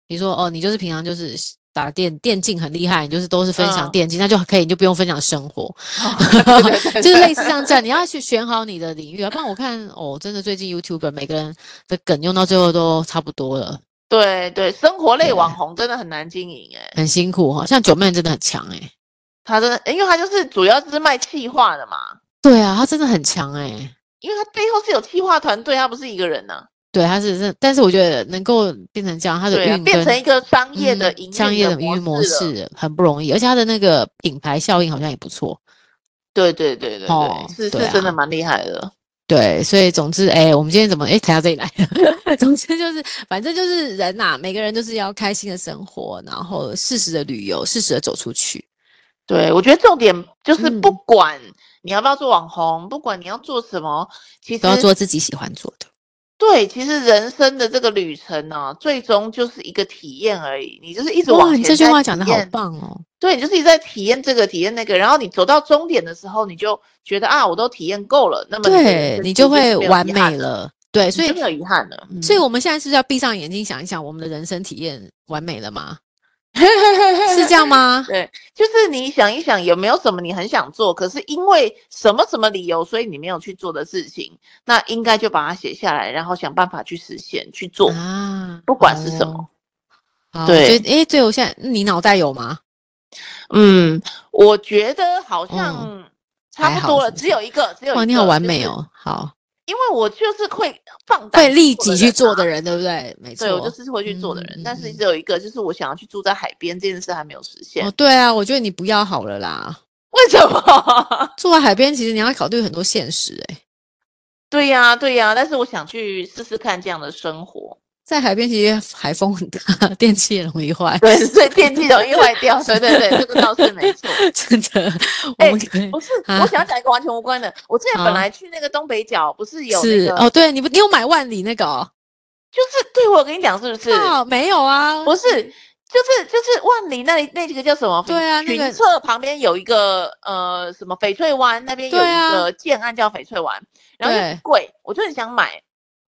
[SPEAKER 2] 比如说哦，你就是平常就是打电电竞很厉害，你就是都是分享
[SPEAKER 1] 嗯
[SPEAKER 2] 电竞，那就可以，你就不用分享生
[SPEAKER 1] [LAUGHS]
[SPEAKER 2] 活，[LAUGHS]
[SPEAKER 1] 对对对
[SPEAKER 2] 就是类似像这样，啊你要去选好你的领域啊。不然我看哦，真的最近 YouTuber 每个人的梗用到最后都差不多了，
[SPEAKER 1] 对对，生活类
[SPEAKER 2] 对
[SPEAKER 1] 网红真的很难经营哎、
[SPEAKER 2] 很辛苦哈、像九妹真的很强哎诶、
[SPEAKER 1] 他真的，因为他就是主要就是卖气化的嘛，
[SPEAKER 2] 对啊，她真的很强哎诶、
[SPEAKER 1] 因为他背后是有气化团队，他不是一个人呢、
[SPEAKER 2] 对，她是真，但是我觉得能够变成这样，她的
[SPEAKER 1] 对、啊，
[SPEAKER 2] 运
[SPEAKER 1] 变
[SPEAKER 2] 跟
[SPEAKER 1] 成一个商业的
[SPEAKER 2] 嗯
[SPEAKER 1] 营
[SPEAKER 2] 商业
[SPEAKER 1] 运
[SPEAKER 2] 的营运模
[SPEAKER 1] 了
[SPEAKER 2] 式很不容易，而且它的那个品牌效应好像也不错。
[SPEAKER 1] 对对对对对，
[SPEAKER 2] 哦
[SPEAKER 1] 是
[SPEAKER 2] 对
[SPEAKER 1] 是真的
[SPEAKER 2] 啊
[SPEAKER 1] 蛮厉害的。
[SPEAKER 2] 对，所以总之，哎、我们今天怎么哎谈到这里来 [LAUGHS] 了？总之就是，反正就是人呐、每个人就是要开心的生活，然后适时的旅游，适时的走出去。
[SPEAKER 1] 对，我觉得重点就是不
[SPEAKER 2] 嗯
[SPEAKER 1] 管你要不要做网红，不管你要做什么，其实
[SPEAKER 2] 都要做自己喜欢做的。
[SPEAKER 1] 对，其实人生的这个旅程呢、最终就是一个体验而已。你就是一直往
[SPEAKER 2] 哇，
[SPEAKER 1] 前
[SPEAKER 2] 你这句
[SPEAKER 1] 在
[SPEAKER 2] 话
[SPEAKER 1] 体
[SPEAKER 2] 讲的好
[SPEAKER 1] 验
[SPEAKER 2] 棒哦！
[SPEAKER 1] 对，你就是一直在体验这个，体验那个，然后你走到终点的时候，你就觉得啊，我都体验够了，那么你的人
[SPEAKER 2] 对
[SPEAKER 1] 生
[SPEAKER 2] 你
[SPEAKER 1] 其
[SPEAKER 2] 就
[SPEAKER 1] 实
[SPEAKER 2] 是
[SPEAKER 1] 没
[SPEAKER 2] 会
[SPEAKER 1] 有遗
[SPEAKER 2] 完
[SPEAKER 1] 憾
[SPEAKER 2] 美
[SPEAKER 1] 了，
[SPEAKER 2] 了。对，
[SPEAKER 1] 你
[SPEAKER 2] 所
[SPEAKER 1] 就
[SPEAKER 2] 以
[SPEAKER 1] 没有遗憾了。嗯
[SPEAKER 2] 所
[SPEAKER 1] [LAUGHS]
[SPEAKER 2] 以我们现在是不是要闭上眼睛想一想，我们的人生体验完美了吗？是这样吗？
[SPEAKER 1] 对，就是你想一想，有没有什么你很想做，可是因为什么什么理由，所以你没有去做的事情，那应该就把它写下来，然后想办法去实现去做。
[SPEAKER 2] 啊，
[SPEAKER 1] 不管是什么
[SPEAKER 2] 好哦。好，
[SPEAKER 1] 对
[SPEAKER 2] 对，哎，对我现在你脑袋有吗？
[SPEAKER 1] 嗯，我觉得好
[SPEAKER 2] 嗯
[SPEAKER 1] 像差
[SPEAKER 2] 还
[SPEAKER 1] 不
[SPEAKER 2] 好
[SPEAKER 1] 多
[SPEAKER 2] 是
[SPEAKER 1] 了，
[SPEAKER 2] 不
[SPEAKER 1] 只
[SPEAKER 2] 是
[SPEAKER 1] 有一个，只有一
[SPEAKER 2] 哇，
[SPEAKER 1] 个
[SPEAKER 2] 你好完美，
[SPEAKER 1] 就是
[SPEAKER 2] 哦，好，
[SPEAKER 1] 因为我就是会放胆
[SPEAKER 2] 会立
[SPEAKER 1] 做
[SPEAKER 2] 即去
[SPEAKER 1] 的人
[SPEAKER 2] 做
[SPEAKER 1] 啊
[SPEAKER 2] 的人，对不对？没错，
[SPEAKER 1] 对我就是会去做的人，
[SPEAKER 2] 嗯
[SPEAKER 1] 但是
[SPEAKER 2] 嗯嗯
[SPEAKER 1] 只有一个，就是我想要去住在海边这件事还没有实现
[SPEAKER 2] 哦，。对啊，我觉得你不要好了啦。
[SPEAKER 1] 为什么？ [LAUGHS]
[SPEAKER 2] 住在海边，其实你要考虑很多现实、欸，
[SPEAKER 1] 对呀，对呀，但是我想去试试看这样的生活。
[SPEAKER 2] 在海边其实海风很大，电器也容易坏，
[SPEAKER 1] [LAUGHS] 对，所以电器容易坏掉。对对对，这个倒是没错。
[SPEAKER 2] [LAUGHS] 真的。
[SPEAKER 1] 哎
[SPEAKER 2] 我们可以
[SPEAKER 1] 不是，
[SPEAKER 2] 啊
[SPEAKER 1] 我想要讲一个完全无关的。我之前本
[SPEAKER 2] 好
[SPEAKER 1] 来去那个东北角，不是有那
[SPEAKER 2] 是
[SPEAKER 1] 个，
[SPEAKER 2] 哦，对你不，你有买万里那个哦？
[SPEAKER 1] 就是对我有跟你讲是不是？
[SPEAKER 2] 啊，没有啊，
[SPEAKER 1] 不是，就是就是万里那里那几个叫什么？
[SPEAKER 2] 对啊那
[SPEAKER 1] 群
[SPEAKER 2] 个
[SPEAKER 1] 策旁边有一个呃什么翡翠湾，那边有
[SPEAKER 2] 对
[SPEAKER 1] 一
[SPEAKER 2] 啊
[SPEAKER 1] 个建案叫翡翠湾，然后又很
[SPEAKER 2] 对
[SPEAKER 1] 贵，我就很想买，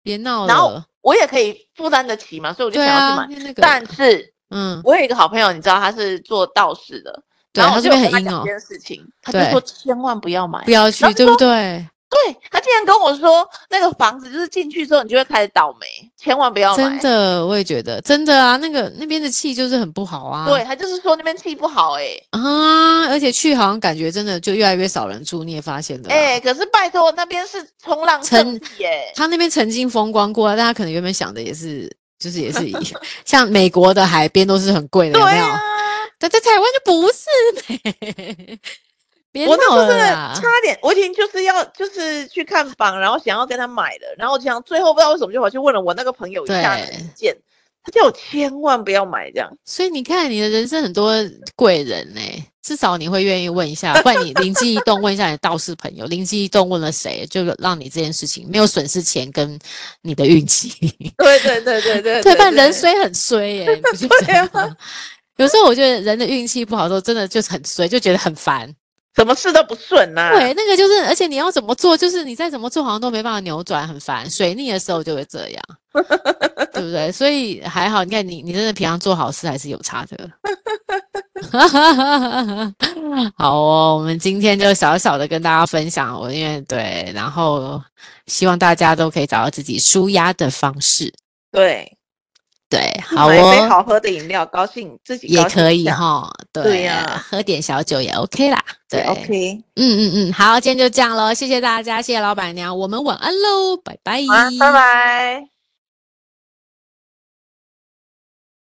[SPEAKER 2] 别闹
[SPEAKER 1] 然后
[SPEAKER 2] 了。
[SPEAKER 1] 我也可以负担得起嘛，所以我就
[SPEAKER 2] 对
[SPEAKER 1] 想要去
[SPEAKER 2] 啊，
[SPEAKER 1] 买。
[SPEAKER 2] 那个，
[SPEAKER 1] 但是
[SPEAKER 2] 嗯，
[SPEAKER 1] 我有一个好朋友，你知道他是做道士的，
[SPEAKER 2] 对
[SPEAKER 1] 然
[SPEAKER 2] 他
[SPEAKER 1] 后我
[SPEAKER 2] 这
[SPEAKER 1] 就
[SPEAKER 2] 边
[SPEAKER 1] 有
[SPEAKER 2] 很
[SPEAKER 1] 跟他
[SPEAKER 2] 硬
[SPEAKER 1] 讲
[SPEAKER 2] 哦
[SPEAKER 1] 这，件事情，他就说千万不要买
[SPEAKER 2] 不。要去
[SPEAKER 1] 然后，
[SPEAKER 2] 对不对？
[SPEAKER 1] 对他竟然跟我说，那个房子就是进去之后你就会开始倒霉，千万不要买。
[SPEAKER 2] 真的，我也觉得真的啊，那个那边的气就是很不好啊。
[SPEAKER 1] 对他就是说那边气不好哎、欸、
[SPEAKER 2] 啊，而且去好像感觉真的就越来越少人住，你也发现的啦。
[SPEAKER 1] 哎、可是拜托那边是冲浪圣
[SPEAKER 2] 曾
[SPEAKER 1] 地哎、
[SPEAKER 2] 他那边曾经风光过啊，但他可能原本想的也是，就是也是
[SPEAKER 1] [LAUGHS]
[SPEAKER 2] 以像美国的海边都是很贵的，
[SPEAKER 1] 对
[SPEAKER 2] 有没有？
[SPEAKER 1] 啊，
[SPEAKER 2] 但在台湾就不是呗，别
[SPEAKER 1] 我那时
[SPEAKER 2] 闹
[SPEAKER 1] 候真
[SPEAKER 2] 了
[SPEAKER 1] 的
[SPEAKER 2] 啦
[SPEAKER 1] 差。点，我已经就是要就是去看房，然后想要跟他买的，然后我想最后不知道为什么就跑去问了我那个朋友一下
[SPEAKER 2] 对
[SPEAKER 1] 子意见，他叫我千万不要买这样。
[SPEAKER 2] 所以你看，你的人生很多贵人呢、至少你会愿意问一下，不然你灵机一动问一下你的道士朋友，灵机一动问了谁，就让你这件事情没有损失钱跟你的运气。
[SPEAKER 1] 对对对对
[SPEAKER 2] [LAUGHS]
[SPEAKER 1] 对
[SPEAKER 2] 对，但人衰很衰耶、你不觉
[SPEAKER 1] 对啊
[SPEAKER 2] 得 [LAUGHS] 吗？有时候我觉得人的运气不好的时候，真的就是很衰，就觉得很烦。
[SPEAKER 1] 什么事都不顺呐、
[SPEAKER 2] 对，那个就是，而且你要怎么做，就是你再怎么做，好像都没办法扭转，很烦。水逆的时候就会这
[SPEAKER 1] [LAUGHS]
[SPEAKER 2] 样，对不对？所以还好，你看你，你真的平常做好事还是有差
[SPEAKER 1] [LAUGHS]
[SPEAKER 2] 的。好哦，我们今天就小小的跟大家分享，我因为对，然后希望大家都可以找到自己舒压的方式。
[SPEAKER 1] 对，
[SPEAKER 2] 对，
[SPEAKER 1] [LAUGHS]
[SPEAKER 2] 好
[SPEAKER 1] 买一杯
[SPEAKER 2] 哦，
[SPEAKER 1] 好喝的饮料，高兴自己
[SPEAKER 2] 也
[SPEAKER 1] 高兴
[SPEAKER 2] 可
[SPEAKER 1] 一
[SPEAKER 2] 以
[SPEAKER 1] 下
[SPEAKER 2] 哈，
[SPEAKER 1] 对呀
[SPEAKER 2] 喝点小酒也 OK 啦，
[SPEAKER 1] 对
[SPEAKER 2] 对
[SPEAKER 1] ，OK，
[SPEAKER 2] 嗯嗯嗯，好，今天就这样喽，谢谢大家，谢谢老板娘，我们晚安喽，拜拜，
[SPEAKER 1] 好啊，拜拜。